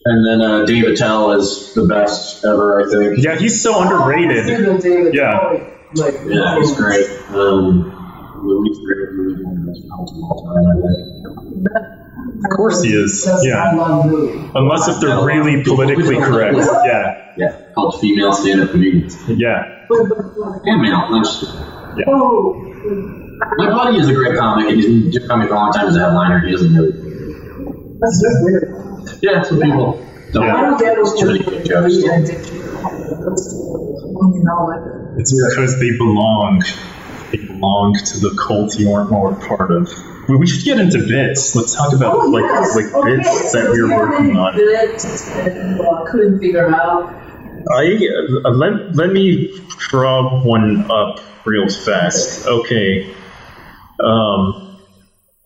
Speaker 3: And then uh, Dave Attell is the best ever, I think.
Speaker 1: Yeah, he's so underrated.
Speaker 4: Oh,
Speaker 2: David
Speaker 1: Yeah.
Speaker 2: Bowie, Like,
Speaker 3: Yeah, he's great. Um, Louis Theroux is one of the best comics of all time, I think.
Speaker 1: Of course he is.
Speaker 2: That's
Speaker 1: Yeah.
Speaker 2: I love Louis.
Speaker 1: Unless if they're really politically correct. Yeah.
Speaker 3: Yeah. called Female Stand Up Comedians.
Speaker 1: Yeah.
Speaker 4: But, but, but,
Speaker 3: And male. No, it's just-
Speaker 4: oh,
Speaker 3: my buddy is a great comic, and he's been doing comedy for a long time as a headliner. He doesn't really.
Speaker 4: that's just weird.
Speaker 3: Yeah, some people don't.
Speaker 4: I don't get those
Speaker 3: Too many good jokes.
Speaker 4: Yeah, I did. You know, like,
Speaker 1: It's because they belong. They belong to the cult you aren't more part of. We, we should get into bits. Let's talk about
Speaker 4: oh,
Speaker 1: like
Speaker 4: yes.
Speaker 1: like
Speaker 4: okay.
Speaker 1: bits that
Speaker 4: so
Speaker 1: we're
Speaker 4: yeah,
Speaker 1: working on.
Speaker 4: Bits that well, I couldn't figure
Speaker 1: *laughs*
Speaker 4: out.
Speaker 1: I uh, let let me draw one up real fast. Okay. Um,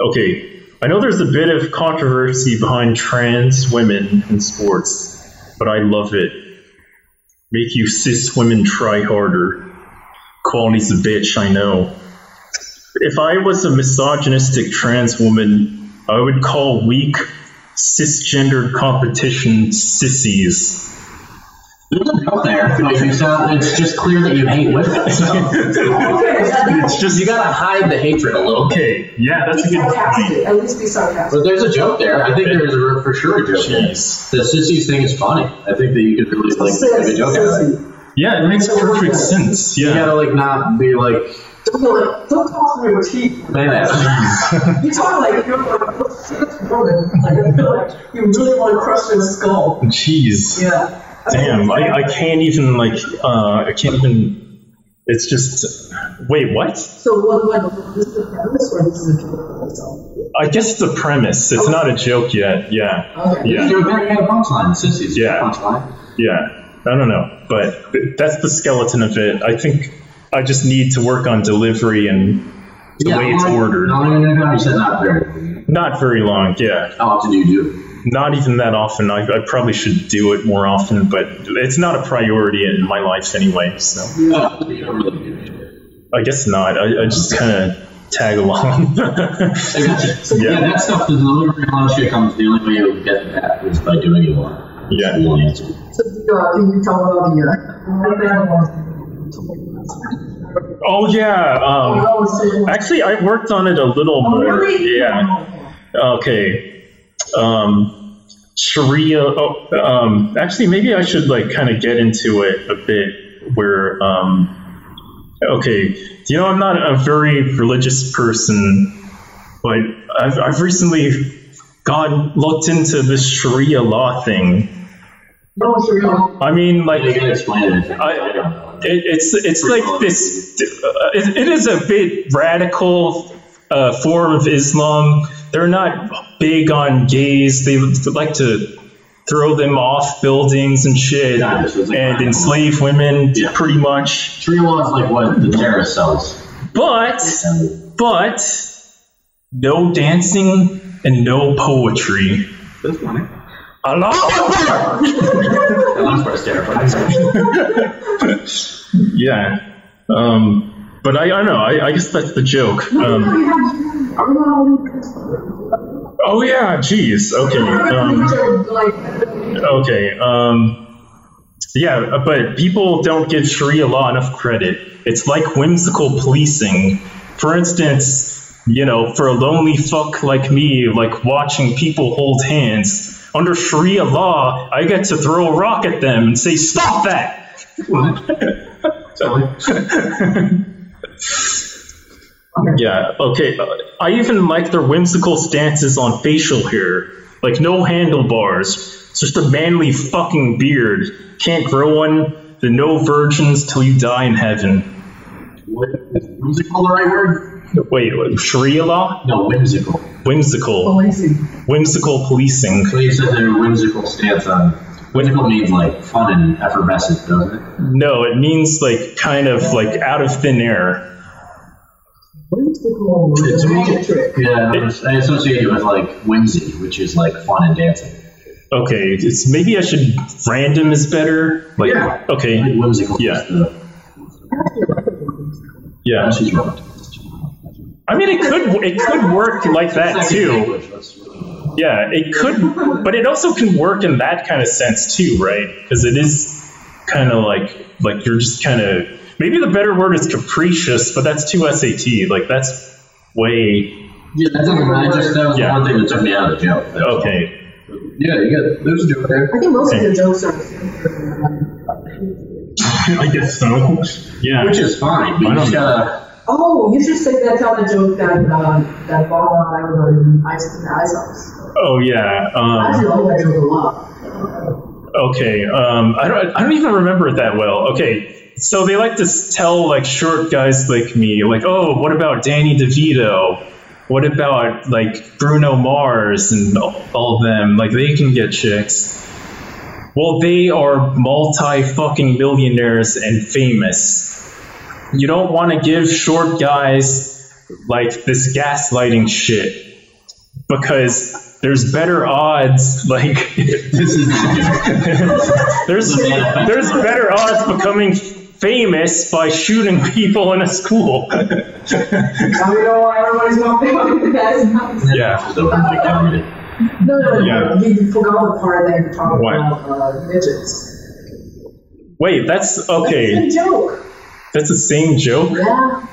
Speaker 1: okay. I know there's a bit of controversy behind trans women in sports, but I love it. Make you cis women try harder. Quality's a bitch, I know. If I was a misogynistic trans woman, I would call weak cisgendered competition sissies.
Speaker 3: There's a note there. Like you sound, it's just clear that you hate women. So.
Speaker 1: *laughs* It's just
Speaker 3: you gotta hide the hatred a little bit.
Speaker 1: Okay, yeah, that's a
Speaker 4: Be
Speaker 1: good point.
Speaker 4: sarcastic. At least be sarcastic.
Speaker 3: But there's a joke there. I think there's a, for sure a joke there.
Speaker 1: Jeez.
Speaker 3: The sissies thing is funny. I think that you could really like make a joke out of it.
Speaker 1: Yeah, it makes perfect sense.
Speaker 3: You
Speaker 1: Yeah.
Speaker 3: gotta like not be like
Speaker 4: Don't go like, don't talk through your teeth.
Speaker 3: man ass.
Speaker 4: You talk like you're like, a woman. Like, I feel like you really want to crush their skull.
Speaker 1: Jeez.
Speaker 4: Yeah.
Speaker 1: Damn, I, I can't even like uh I can't even it's just wait, what?
Speaker 4: So what, what, this is the premise or this is a joke itself?
Speaker 1: I guess the premise. It's not a joke yet. Yeah.
Speaker 4: Okay.
Speaker 1: Yeah.
Speaker 3: You're back at a punchline. Sissies.
Speaker 1: Yeah.
Speaker 3: Punchline.
Speaker 1: Yeah. I don't know, but th- that's the skeleton of it. I think I just need to work on delivery and the way it's
Speaker 3: I'm-
Speaker 1: ordered.
Speaker 3: No, no, no, no. You said not very.
Speaker 1: not very long. Yeah.
Speaker 3: How often do you do?
Speaker 1: not even that often. I, I probably should do it more often, but it's not a priority in my life anyway. So
Speaker 3: it? Oh, you don't really do it.
Speaker 1: I guess not. I, I just kind of tag along. *laughs*
Speaker 3: I got you.
Speaker 1: Yeah.
Speaker 3: Yeah. that stuff, the delivery on shit comes, the only way you get that is by doing it a lot.
Speaker 1: Yeah.
Speaker 3: That's the only answer.
Speaker 4: So uh, can you tell about the uh,
Speaker 1: oh yeah. Um, actually, I worked on it a little
Speaker 2: Oh,
Speaker 1: more. Yeah. Okay. Um, Sharia. Oh, um, actually, maybe I should like kind of get into it a bit. Where um, okay, you know, I'm not a very religious person, but I've I've recently God looked into this Sharia law thing.
Speaker 4: No, it's real.
Speaker 1: I mean, like
Speaker 3: You gotta explain it.
Speaker 1: I-
Speaker 3: don't know.
Speaker 1: it, it's it's
Speaker 3: Pretty
Speaker 1: like this. uh, It, it is a bit radical uh, form of Islam. They're not big on gays. They like to throw them off buildings and shit,
Speaker 3: Yeah, this is like-
Speaker 1: and enslave women
Speaker 3: Yeah.
Speaker 1: pretty much.
Speaker 3: Tree law is like what the terrorist sells.
Speaker 1: But but no dancing and no poetry.
Speaker 3: That's funny.
Speaker 1: Allah Akbar!
Speaker 3: That last part's terrifying.
Speaker 1: *laughs* Yeah. Um, but I, I don't know. I, I guess that's the joke. Um,
Speaker 4: We have- are we not all-
Speaker 1: Oh yeah, jeez. Okay. Um,
Speaker 4: Like,
Speaker 1: okay. Um, yeah, but people don't give Sharia law enough credit. It's like whimsical policing. For instance, you know, for a lonely fuck like me, like watching people hold hands under Sharia law, I get to throw a rock at them and say, "Stop that!" Yeah. Okay. uh, I even like their whimsical stances on facial hair, like no handlebars. It's just a manly fucking beard. Can't grow one. The no virgins till you die in heaven.
Speaker 3: Whimsical, the right word?
Speaker 1: Wait, Sharia law?
Speaker 3: No, whimsical.
Speaker 1: Whimsical, whimsical policing.
Speaker 3: So you said their whimsical stance on whimsical means like fun and effervescent, doesn't it?
Speaker 1: No, it means like kind of like out of thin air.
Speaker 3: It's Yeah, I was- I associate it with like whimsy, which is like fun and dancing.
Speaker 1: Okay, it's maybe I should random is better. Like,
Speaker 3: Yeah. Like
Speaker 1: okay,
Speaker 3: whimsical. is
Speaker 1: Yeah.
Speaker 3: the-
Speaker 1: yeah.
Speaker 3: She's right.
Speaker 1: I mean, it could it could work like that
Speaker 3: Second
Speaker 1: too.
Speaker 3: language, that's-
Speaker 1: Yeah, it could, but it also can work in that kind of sense too, right? Because it is kind of like like you're just kind of maybe the better word is capricious, but that's too SAT. Like that's way
Speaker 3: Yeah, that's like, I just, that was
Speaker 1: Yeah.
Speaker 3: one thing that took me out of the joke. That was-
Speaker 1: okay.
Speaker 3: Yeah, you got, there's a joke there.
Speaker 4: I think most of
Speaker 1: Okay.
Speaker 4: the jokes are.
Speaker 1: I guess so. Yeah.
Speaker 3: Which is fine. uh,
Speaker 1: I
Speaker 3: You
Speaker 1: don't
Speaker 3: just
Speaker 1: know.
Speaker 3: gotta.
Speaker 2: Oh, you should say that kind of joke that um, that Bob and I were in high school in high school.
Speaker 1: Oh yeah.
Speaker 2: I
Speaker 1: Um,
Speaker 2: actually like that joke a lot.
Speaker 1: okay. Um, I don't. I don't even remember it that well. Okay. So they like to s- tell like short guys like me, like, oh, what about Danny DeVito? What about like Bruno Mars and all- all of them? Like they can get chicks. Well, they are multi fucking millionaires and famous. You don't want to give short guys like this gaslighting shit because there's better odds like *laughs*
Speaker 3: *laughs*
Speaker 1: there's there's better odds becoming famous by shooting people in a school *laughs*
Speaker 2: Now we know why everybody's going to *laughs* that.
Speaker 1: yeah
Speaker 3: So perfectly comedy.
Speaker 2: No, no, no,
Speaker 1: Yeah.
Speaker 2: you forgot the part that you talked
Speaker 1: What?
Speaker 2: about uh, midgets.
Speaker 1: wait that's
Speaker 2: It's
Speaker 1: okay
Speaker 2: a joke.
Speaker 1: that's the same joke
Speaker 2: Yeah.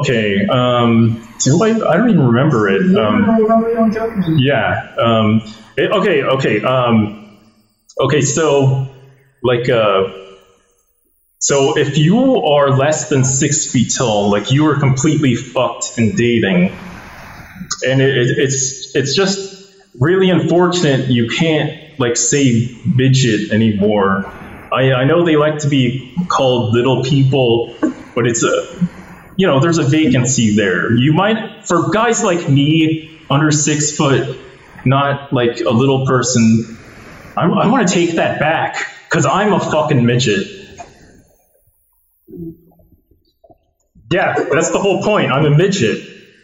Speaker 1: okay um do i i don't even remember it um
Speaker 2: you don't really don't joke anymore.
Speaker 1: Yeah. Um, it- okay. Okay. Um, okay. So, like, uh, so if you are less than six feet tall, like you are completely fucked in dating, and it, it, it's it's just really unfortunate you can't like say midget anymore. I, I know they like to be called little people, but it's a you know, there's a vacancy there. You might, for guys like me, under six foot, not like a little person, I, I want to take that back because I'm a fucking midget. Yeah, that's the whole point. I'm a midget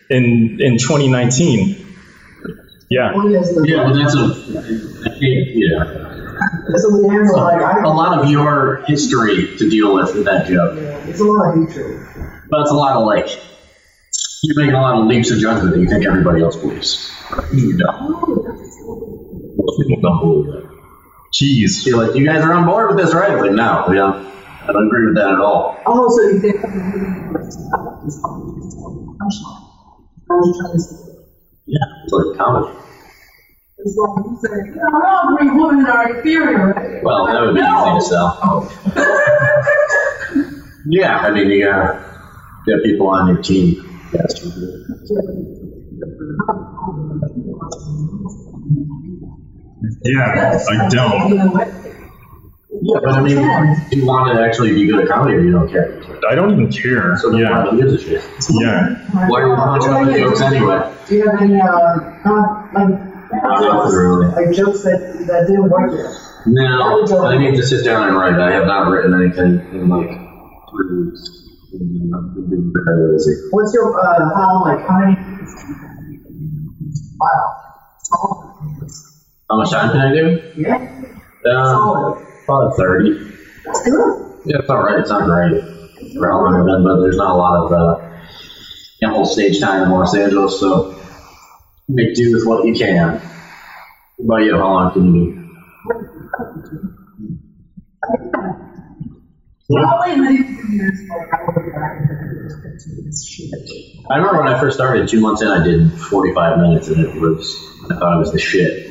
Speaker 1: in in 2019. Yeah,
Speaker 2: One is the,
Speaker 3: Yeah, but that's a. I think, yeah.
Speaker 2: It's a little like, I
Speaker 3: A
Speaker 2: don't
Speaker 3: lot of your history to deal with with that joke.
Speaker 2: yeah, It's a lot of hatred.
Speaker 3: But it's a lot of like you're making a lot of leaps of judgment that you think everybody else believes. You don't. Most people don't believe that.
Speaker 1: jeez.
Speaker 3: You're like, you guys are on board with this, right? It's like, no, we don't. I don't agree with that at all.
Speaker 2: Oh, so you think. I'm sorry. I was trying to say.
Speaker 3: Yeah. It's like comedy.
Speaker 2: It's like you say, you know, all three women are inferior.
Speaker 3: Well, that would be easy to sell. Yeah, I mean, you gotta get people on your team. Yes.
Speaker 1: Yeah, *laughs* I don't.
Speaker 2: You know what?
Speaker 3: Yeah, but I mean, you want to actually be good at comedy or you don't care.
Speaker 1: I don't even care.
Speaker 3: So then why
Speaker 1: Yeah,
Speaker 3: do you give a shit?
Speaker 1: yeah.
Speaker 3: Why are we punching up the jokes anyway?
Speaker 2: Do you have any, uh, not, like,
Speaker 3: Not nothing really.
Speaker 2: like jokes that, that didn't work yet?
Speaker 3: No, I need to sit down and write. I have not written anything in like three weeks. I've been very busy.
Speaker 2: What's your, uh, how, like, how many? Wow. Oh,
Speaker 3: How much time can I do?
Speaker 2: yeah,
Speaker 3: Um, probably 30.
Speaker 2: that's good.
Speaker 3: Yeah, it's alright. It's not great. For how long I've been, but there's not a lot of uh, ample stage time in Los Angeles, so make do with what you can. But yeah, how long can you do?
Speaker 2: Probably in the next few years, like, I will be back and continue this shit.
Speaker 3: I remember when I first started, two months in, I did 45 minutes, and it was, I thought it was the shit.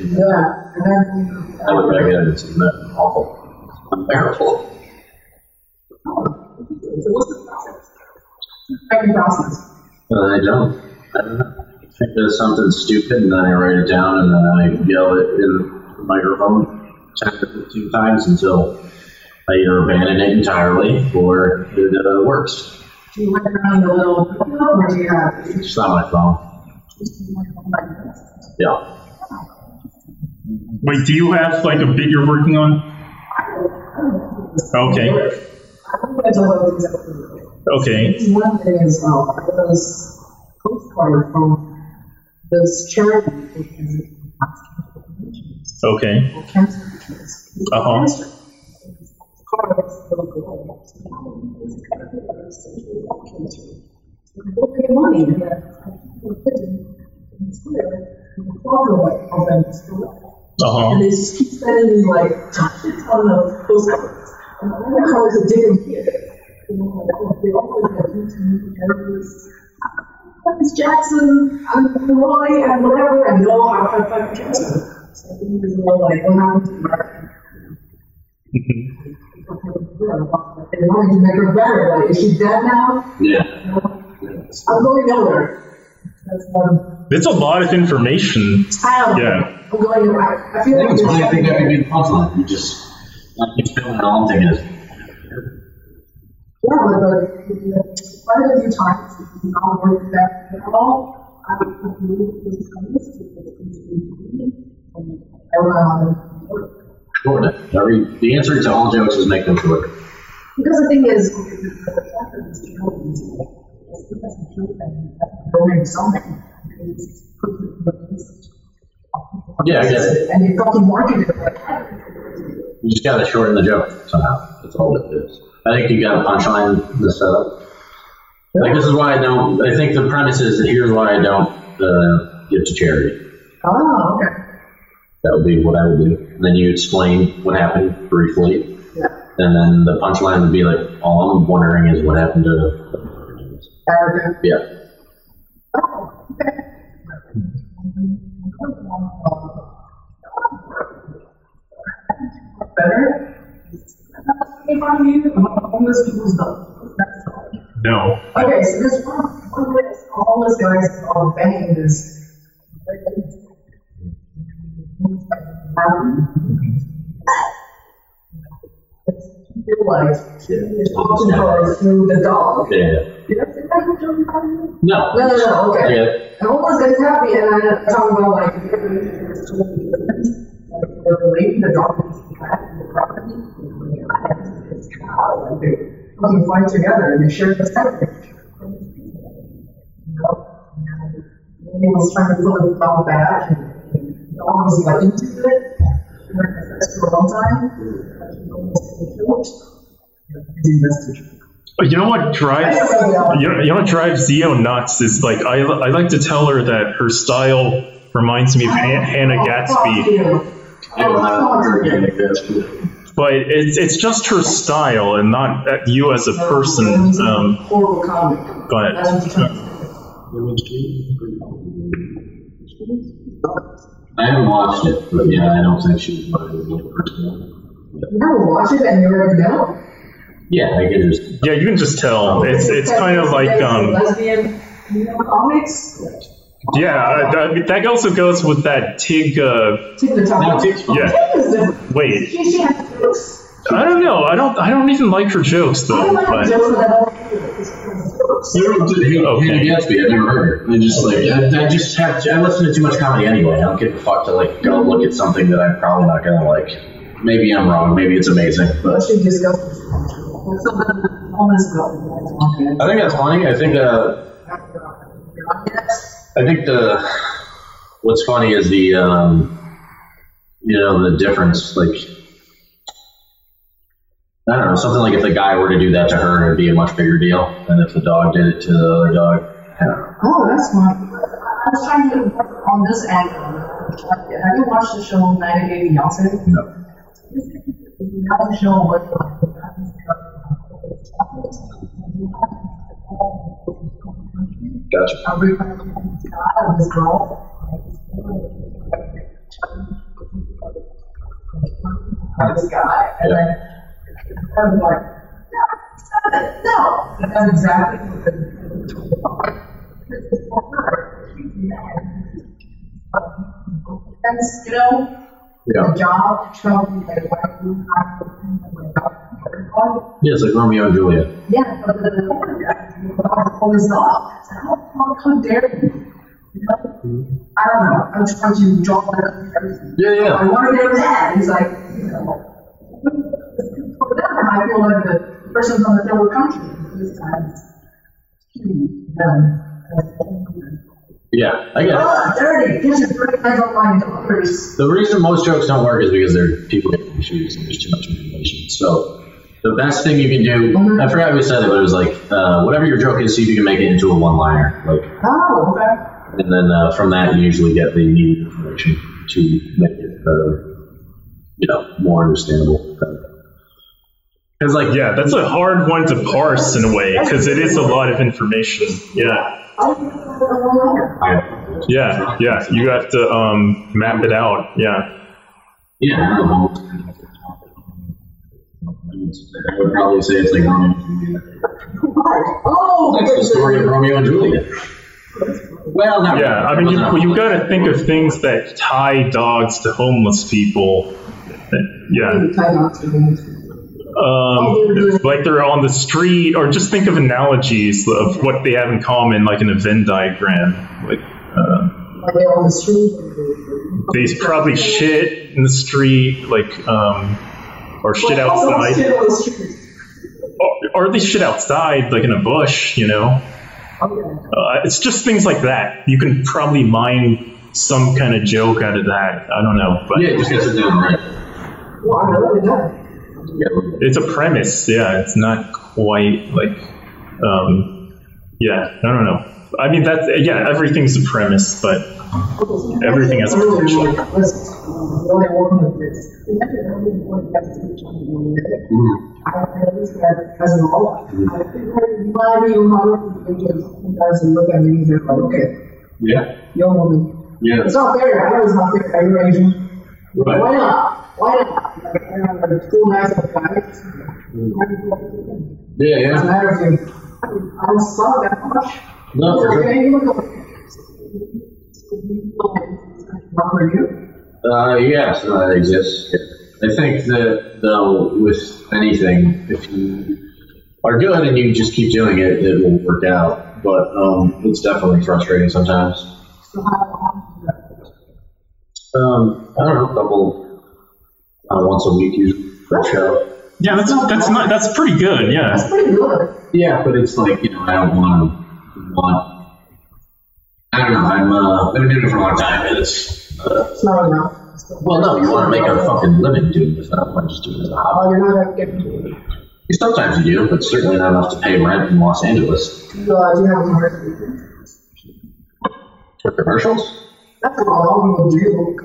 Speaker 2: Yeah, and then,
Speaker 3: I look
Speaker 2: uh,
Speaker 3: back at it, it's awful. Unbearable.
Speaker 2: so what's the process? Second process.
Speaker 3: Uh, I don't. I don't know. I think there's something stupid, and then I write it down, and then I yell it in the microphone 10 to 15 times until I either abandon it entirely or it uh, works.
Speaker 2: Do you write down your little, what do you have?
Speaker 3: It's not my phone. Yeah.
Speaker 1: Wait, do you have like a bit you're working on? Okay.
Speaker 2: I'm gonna tell you things that were good.
Speaker 1: Okay.
Speaker 2: One thing is, uh, I got this postcard from this charity for cancer-
Speaker 1: Okay.
Speaker 2: for cancer patients. It's a
Speaker 1: Uh-huh.
Speaker 2: cancer. It's called a local- it's a central cancer. They pay money and that- and put them in the square, and the problem with all them is the way.
Speaker 1: Uh
Speaker 2: And
Speaker 1: huh.
Speaker 2: they just keep sending me like *laughs* shit ton of postcards. And I'm like, how is it different here? And I'm like, oh, they always have me to meet journalists. I'm Miss Jackson, I'm Roy, and whatever, and no, I'm I'm fucking Jackson. So I think there's a lot like, what happened to America? And wanted to make her better, like, is she dead now?
Speaker 3: Yeah.
Speaker 2: I'm going nowhere. That's, um,
Speaker 1: It's a lot of information.
Speaker 2: I don't know.
Speaker 1: Yeah.
Speaker 2: I'm going nowhere. I feel
Speaker 3: I think
Speaker 2: like
Speaker 3: it's really, I think that'd be a good punchline. You just, like, you just don't know all I'm thinking is,
Speaker 2: Yeah, but the, quite a few times, it's not worth that at all. I was confused with some of this, because it's been and I went on and worked.
Speaker 3: shorten it. Every, the answer to all jokes is make them shorter.
Speaker 2: Because the thing is, the fact that it's children is it doesn't kill them, donating something. It's put the message.
Speaker 3: Yeah, I get it.
Speaker 2: And you fucking market it like that.
Speaker 3: You just gotta shorten the joke somehow. That's all it is. I think you gotta punchline the setup. Like this is why I don't. I think the premise is that here's why I don't uh, give to charity.
Speaker 2: Oh, okay.
Speaker 3: That would be what I would do. And then you explain what happened briefly,
Speaker 2: Yeah.
Speaker 3: and then the punchline would be like, "All I'm wondering is what happened to."
Speaker 2: And,
Speaker 3: Yeah,
Speaker 2: oh, okay. Better? Make fun of you, homeless people's dog. That's all.
Speaker 1: No.
Speaker 2: Okay, so this one, one place all those guys are banging this. Realize talking her through the dog.
Speaker 3: yeah, yeah.
Speaker 2: Did I say that was Joey Biden?
Speaker 3: No.
Speaker 2: No, no, no, okay.
Speaker 3: Okay.
Speaker 2: And all those guys happy, and I talk about like they're relating the dog to the cat and the property. and I have this cow, like they fucking fight together and they share the septic. You know, and he was trying to put the dog back, and the dog was like into it. And I was like, for a long time, and he almost got killed. He's investigating.
Speaker 1: But you know what drives
Speaker 2: I don't know.
Speaker 1: you know, you know what drives Zio nuts is like I, I like to tell her that her style reminds me of Han- Hannah
Speaker 2: Oh, Fuck
Speaker 1: Gatsby,
Speaker 2: you.
Speaker 3: I don't
Speaker 2: Oh, fuck you.
Speaker 3: know.
Speaker 1: but it's it's just her style and not uh, you as a person. Um,
Speaker 2: horrible comic.
Speaker 1: go ahead.
Speaker 2: That's what you can
Speaker 3: I haven't watched it, but yeah, I don't think she's my favorite person. But
Speaker 2: You gotta watch it and you already know.
Speaker 3: Yeah, I can just
Speaker 1: yeah, you can just tell. It's it's kind of like um,
Speaker 2: lesbian you know, comics.
Speaker 1: yeah. I, I, that also goes with that Tig. Uh,
Speaker 2: Take the
Speaker 3: No,
Speaker 2: top.
Speaker 3: Tig's fine.
Speaker 1: Yeah.
Speaker 2: Tig is different.
Speaker 1: Wait.
Speaker 2: She, she has jokes.
Speaker 1: I don't know. I don't I don't even like her jokes
Speaker 2: I
Speaker 1: though.
Speaker 2: like the
Speaker 1: But
Speaker 2: jokes that I don't
Speaker 3: You know, Hannah
Speaker 1: Okay.
Speaker 3: Hannah Gatsby, I've never heard her. I just like I, I just have I listen to too much comedy anyway. I don't give a fuck to like go look at something that I'm probably not gonna like. Maybe I'm wrong. Maybe it's amazing, but
Speaker 2: She discusses. So the homeless girl.
Speaker 3: I think that's funny. I think uh,
Speaker 2: Yes.
Speaker 3: I think the what's funny is the um, you know the difference. Like I don't know something like if the guy were to do that to her, it'd be a much bigger deal than if the dog did it to the other dog. I don't know.
Speaker 2: Oh, that's fun. I was trying to work on this angle. Have you watched the show 90 Day Beyonce?
Speaker 3: No.
Speaker 2: I'm sure what the
Speaker 3: Gotcha.
Speaker 2: God of this girl. Of this guy, and then I'm like, no, stop it, no. And that's exactly what the and you know,
Speaker 3: Yeah.
Speaker 2: the job, trouble, like, why do you have to think of my job?
Speaker 3: Yeah, it's like Romeo and Juliet.
Speaker 2: Yeah, but the other guy always off. How the fuck how dare you? You know? I don't know. I'm trying to draw that up and everything.
Speaker 3: Mm-hmm. Yeah, yeah.
Speaker 2: I want to get mad. He's like, you know. For them, I feel like the person from the third country. These times, he, them, and-
Speaker 3: Yeah, I get it.
Speaker 2: Ah, dirty. Get your dirty hands off my daughters.
Speaker 3: The reason most jokes don't work is because they're people get confused and there's too much information. So the best thing you can do, I forgot who said it, but it was like, uh, whatever your joke is, see if you can make it into a one-liner. Like,
Speaker 2: Oh, okay.
Speaker 3: and then uh, from that, you usually get the needed information to make it, uh, you know, more understandable. Because like,
Speaker 1: yeah, that's a hard one to parse in a way because it is a lot of information. Yeah,
Speaker 2: I don't think that's a one-liner.
Speaker 3: I,
Speaker 1: yeah, yeah. You have to um, map it out. Yeah.
Speaker 3: yeah, I don't know. I would probably say it's like Romeo and Juliet.
Speaker 2: Right. Oh,
Speaker 3: That's the story of Romeo and Juliet. Well, not
Speaker 1: Yeah,
Speaker 3: really.
Speaker 1: I mean,
Speaker 3: Not
Speaker 1: you, you
Speaker 3: really.
Speaker 1: got to think of things that tie dogs to homeless people. Yeah,
Speaker 2: Tied off to the-
Speaker 1: um, like they're on the street, or just think of analogies of what they have in common, like in a Venn diagram. Like uh,
Speaker 2: Like they're on the street.
Speaker 1: they probably shit in the street, like um, or shit
Speaker 4: Like, oh,
Speaker 1: outside.
Speaker 4: Shit on the street.
Speaker 1: or, or they shit outside, like in a bush, you know?
Speaker 2: Okay.
Speaker 1: Uh, it's just things like that. You can probably mine some kind of joke out of that. I don't know, but
Speaker 3: Yeah, just got sit down, right?
Speaker 2: Well, I really know.
Speaker 3: Yeah.
Speaker 1: it's a premise. Yeah, it's not quite like, um, yeah, I don't know. I mean, that's, yeah, everything's a premise, but Everything has a potential.
Speaker 2: Really, like, let's, um, really work with this. Remember, I didn't want to have to do it.
Speaker 1: Mm-hmm.
Speaker 3: Mm.
Speaker 2: I at least that as an all. I think that my real hard thing is sometimes you look at me and you're like, okay,
Speaker 3: Yeah.
Speaker 2: young woman.
Speaker 3: Yeah.
Speaker 2: It's not fair. I know it's not fair. Are you Asian?
Speaker 3: Right.
Speaker 2: Why not? Why not? Like, I don't know, two nights of guys.
Speaker 1: Mm-hmm.
Speaker 2: Why do you want to do that?
Speaker 3: Yeah,
Speaker 2: Doesn't
Speaker 3: yeah.
Speaker 2: matter if you, I mean, I don't suck that much.
Speaker 3: No, for sure.
Speaker 2: Number you?
Speaker 3: Uh, yes, no, that exists. I think that though with anything, if you are good and you just keep doing it, it will work out. But um, it's definitely frustrating sometimes.
Speaker 2: So how
Speaker 3: Um, I don't know, double uh, once a week usually for a show.
Speaker 1: yeah, that's, that's not, that's pretty good. Yeah.
Speaker 2: That's pretty good.
Speaker 3: Yeah, but it's like you know I don't want to want. I don't know. I'm uh, I've been doing it for a long time, and it's uh,
Speaker 2: It's not enough.
Speaker 3: well, no, you want to make a fucking living doing this. I don't want to just do it as a hobby.
Speaker 2: Oh, you're not gonna get me.
Speaker 3: Sometimes you do, but certainly not enough to pay rent in Los Angeles.
Speaker 2: You, uh, you have a heart.
Speaker 3: For commercials?
Speaker 2: That's what all we do.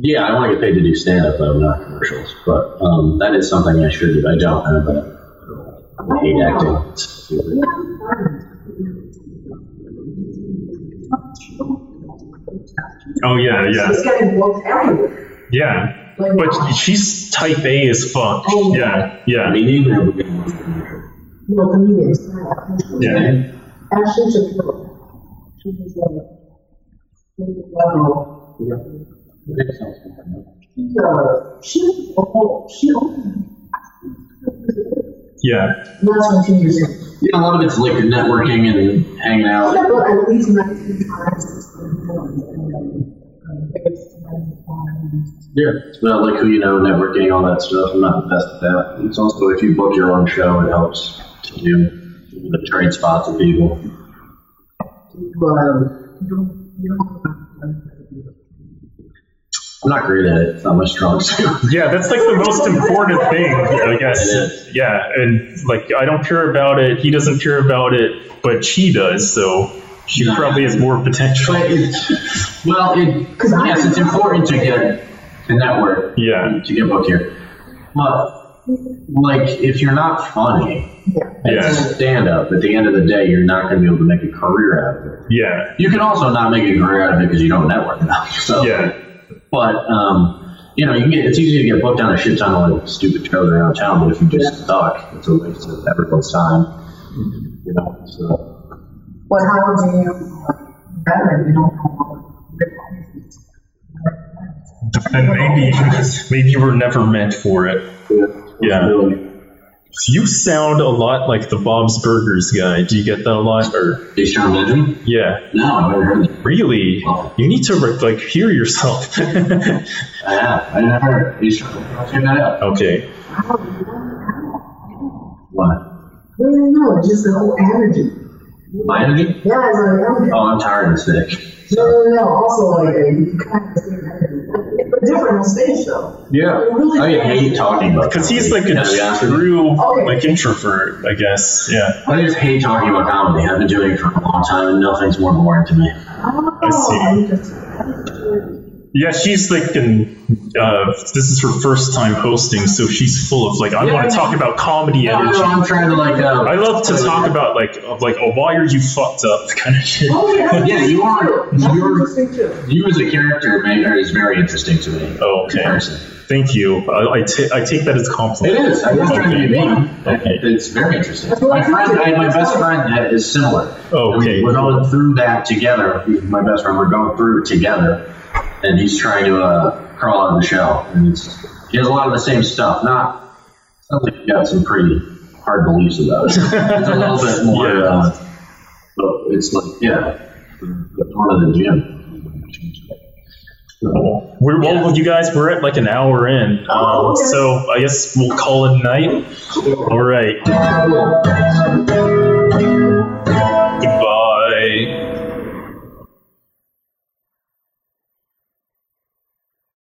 Speaker 3: Yeah, I want to get paid to do stand up, though, not commercials. But um, that is something I should do. I don't. I don't I hate acting. It's stupid.
Speaker 1: Oh, yeah, yeah.
Speaker 2: It's getting work everywhere.
Speaker 1: Yeah.
Speaker 2: Like,
Speaker 1: But she's type A as fuck. Yeah,
Speaker 3: I
Speaker 1: yeah.
Speaker 3: mean, you never get one commercial.
Speaker 2: you know, comedians.
Speaker 1: Yeah.
Speaker 2: Ashley Shapiro. She was a, she was a, She's a, she's a whole, she only,
Speaker 1: Yeah.
Speaker 2: not twenty years in.
Speaker 3: Yeah, a lot of it's like networking and hanging out.
Speaker 2: Yeah, but at least nineteen times it's been done. Um, it's been done.
Speaker 3: Yeah. It's about like who you know, networking, all that stuff. I'm not the best at that. It's also if you book your own show, it helps to do the trade spots with people.
Speaker 2: You, uh, you don't, you don't.
Speaker 3: I'm not great at it. It's not my strong *laughs* suit.
Speaker 1: Yeah, that's like the most important thing, I guess. Yeah, and like I don't care about it, he doesn't care about it, but she does, so she
Speaker 3: Yeah.
Speaker 1: probably has more potential.
Speaker 3: But it's, well, it, yes, it's important to get to network.
Speaker 1: Yeah.
Speaker 3: To get booked here. But, like, if you're not funny,
Speaker 1: Yeah.
Speaker 3: stand up, at the end of the day, you're not going to be able to make a career out of it.
Speaker 1: Yeah.
Speaker 3: You can also not make a career out of it because you don't network enough. *laughs* So,
Speaker 1: Yeah.
Speaker 3: But, um, you know, you can get, it's easy to get booked on a shit ton of like, stupid shows around town, but if you just suck, it's a waste of everyone's time. You know, so.
Speaker 2: But how do you, uh, better if you don't know?
Speaker 1: And maybe maybe you were never meant for it. Yeah. You sound a lot like the Bob's Burgers guy. Do you get that a lot? Or
Speaker 3: They should religion?
Speaker 1: yeah.
Speaker 3: No, I've never heard of it.
Speaker 1: Really? You need to re- like hear yourself. *laughs*
Speaker 3: I have. I never heard. You should check that out.
Speaker 1: okay.
Speaker 3: What?
Speaker 2: No, no, no, just the whole energy.
Speaker 3: My energy?
Speaker 2: Yeah, it's like, energy.
Speaker 3: Oh, I'm tired and sick.
Speaker 2: No, no, no, also like, uh, you kind of see energy. But different on stage though.
Speaker 3: Yeah. I hate talking about
Speaker 1: Because
Speaker 3: comedy.
Speaker 1: he's like
Speaker 3: Yeah, to be
Speaker 1: a
Speaker 3: honest with you.
Speaker 1: true like introvert, I guess. Yeah.
Speaker 3: I just hate talking about comedy. I've been doing it for a long time and nothing's more boring to me.
Speaker 2: Oh,
Speaker 1: I see.
Speaker 2: interesting.
Speaker 1: Yeah, she's like, in, uh, this is her first time hosting, so she's full of like, I
Speaker 3: Yeah,
Speaker 1: want
Speaker 3: I
Speaker 1: to talk
Speaker 3: know.
Speaker 1: about comedy
Speaker 3: Yeah,
Speaker 1: energy.
Speaker 3: no, I'm trying to like. Uh,
Speaker 1: I love to talk about like, of, like, oh, why are you fucked up kind of shit.
Speaker 2: Oh, yeah.
Speaker 3: Yeah, you are-
Speaker 2: That's
Speaker 3: you are-
Speaker 2: interesting, too.
Speaker 3: you as a character man, is very interesting to me.
Speaker 1: Oh, okay.
Speaker 3: Comparison.
Speaker 1: Thank you. I I ta- I take that as a compliment.
Speaker 3: It is. I'm not trying to be mean.
Speaker 1: Okay.
Speaker 3: It's very interesting. Oh,
Speaker 2: That's what
Speaker 3: My
Speaker 2: I
Speaker 3: friend,
Speaker 2: thought.
Speaker 3: I, my best friend that is similar.
Speaker 1: Okay.
Speaker 3: And We're going through that together. My best friend, we're going through it together, and he's trying to uh, crawl out of the shell. And it's, he has a lot of the same stuff. Not, it's not like he got some pretty hard beliefs about *laughs* it. It's a little bit more.
Speaker 1: Yeah.
Speaker 3: Uh, but it's like yeah, the part of the gym.
Speaker 1: Cool. We're, well, you guys, we're at like an hour in, um,
Speaker 2: okay.
Speaker 1: so I guess we'll call it night. All right.
Speaker 2: Uh,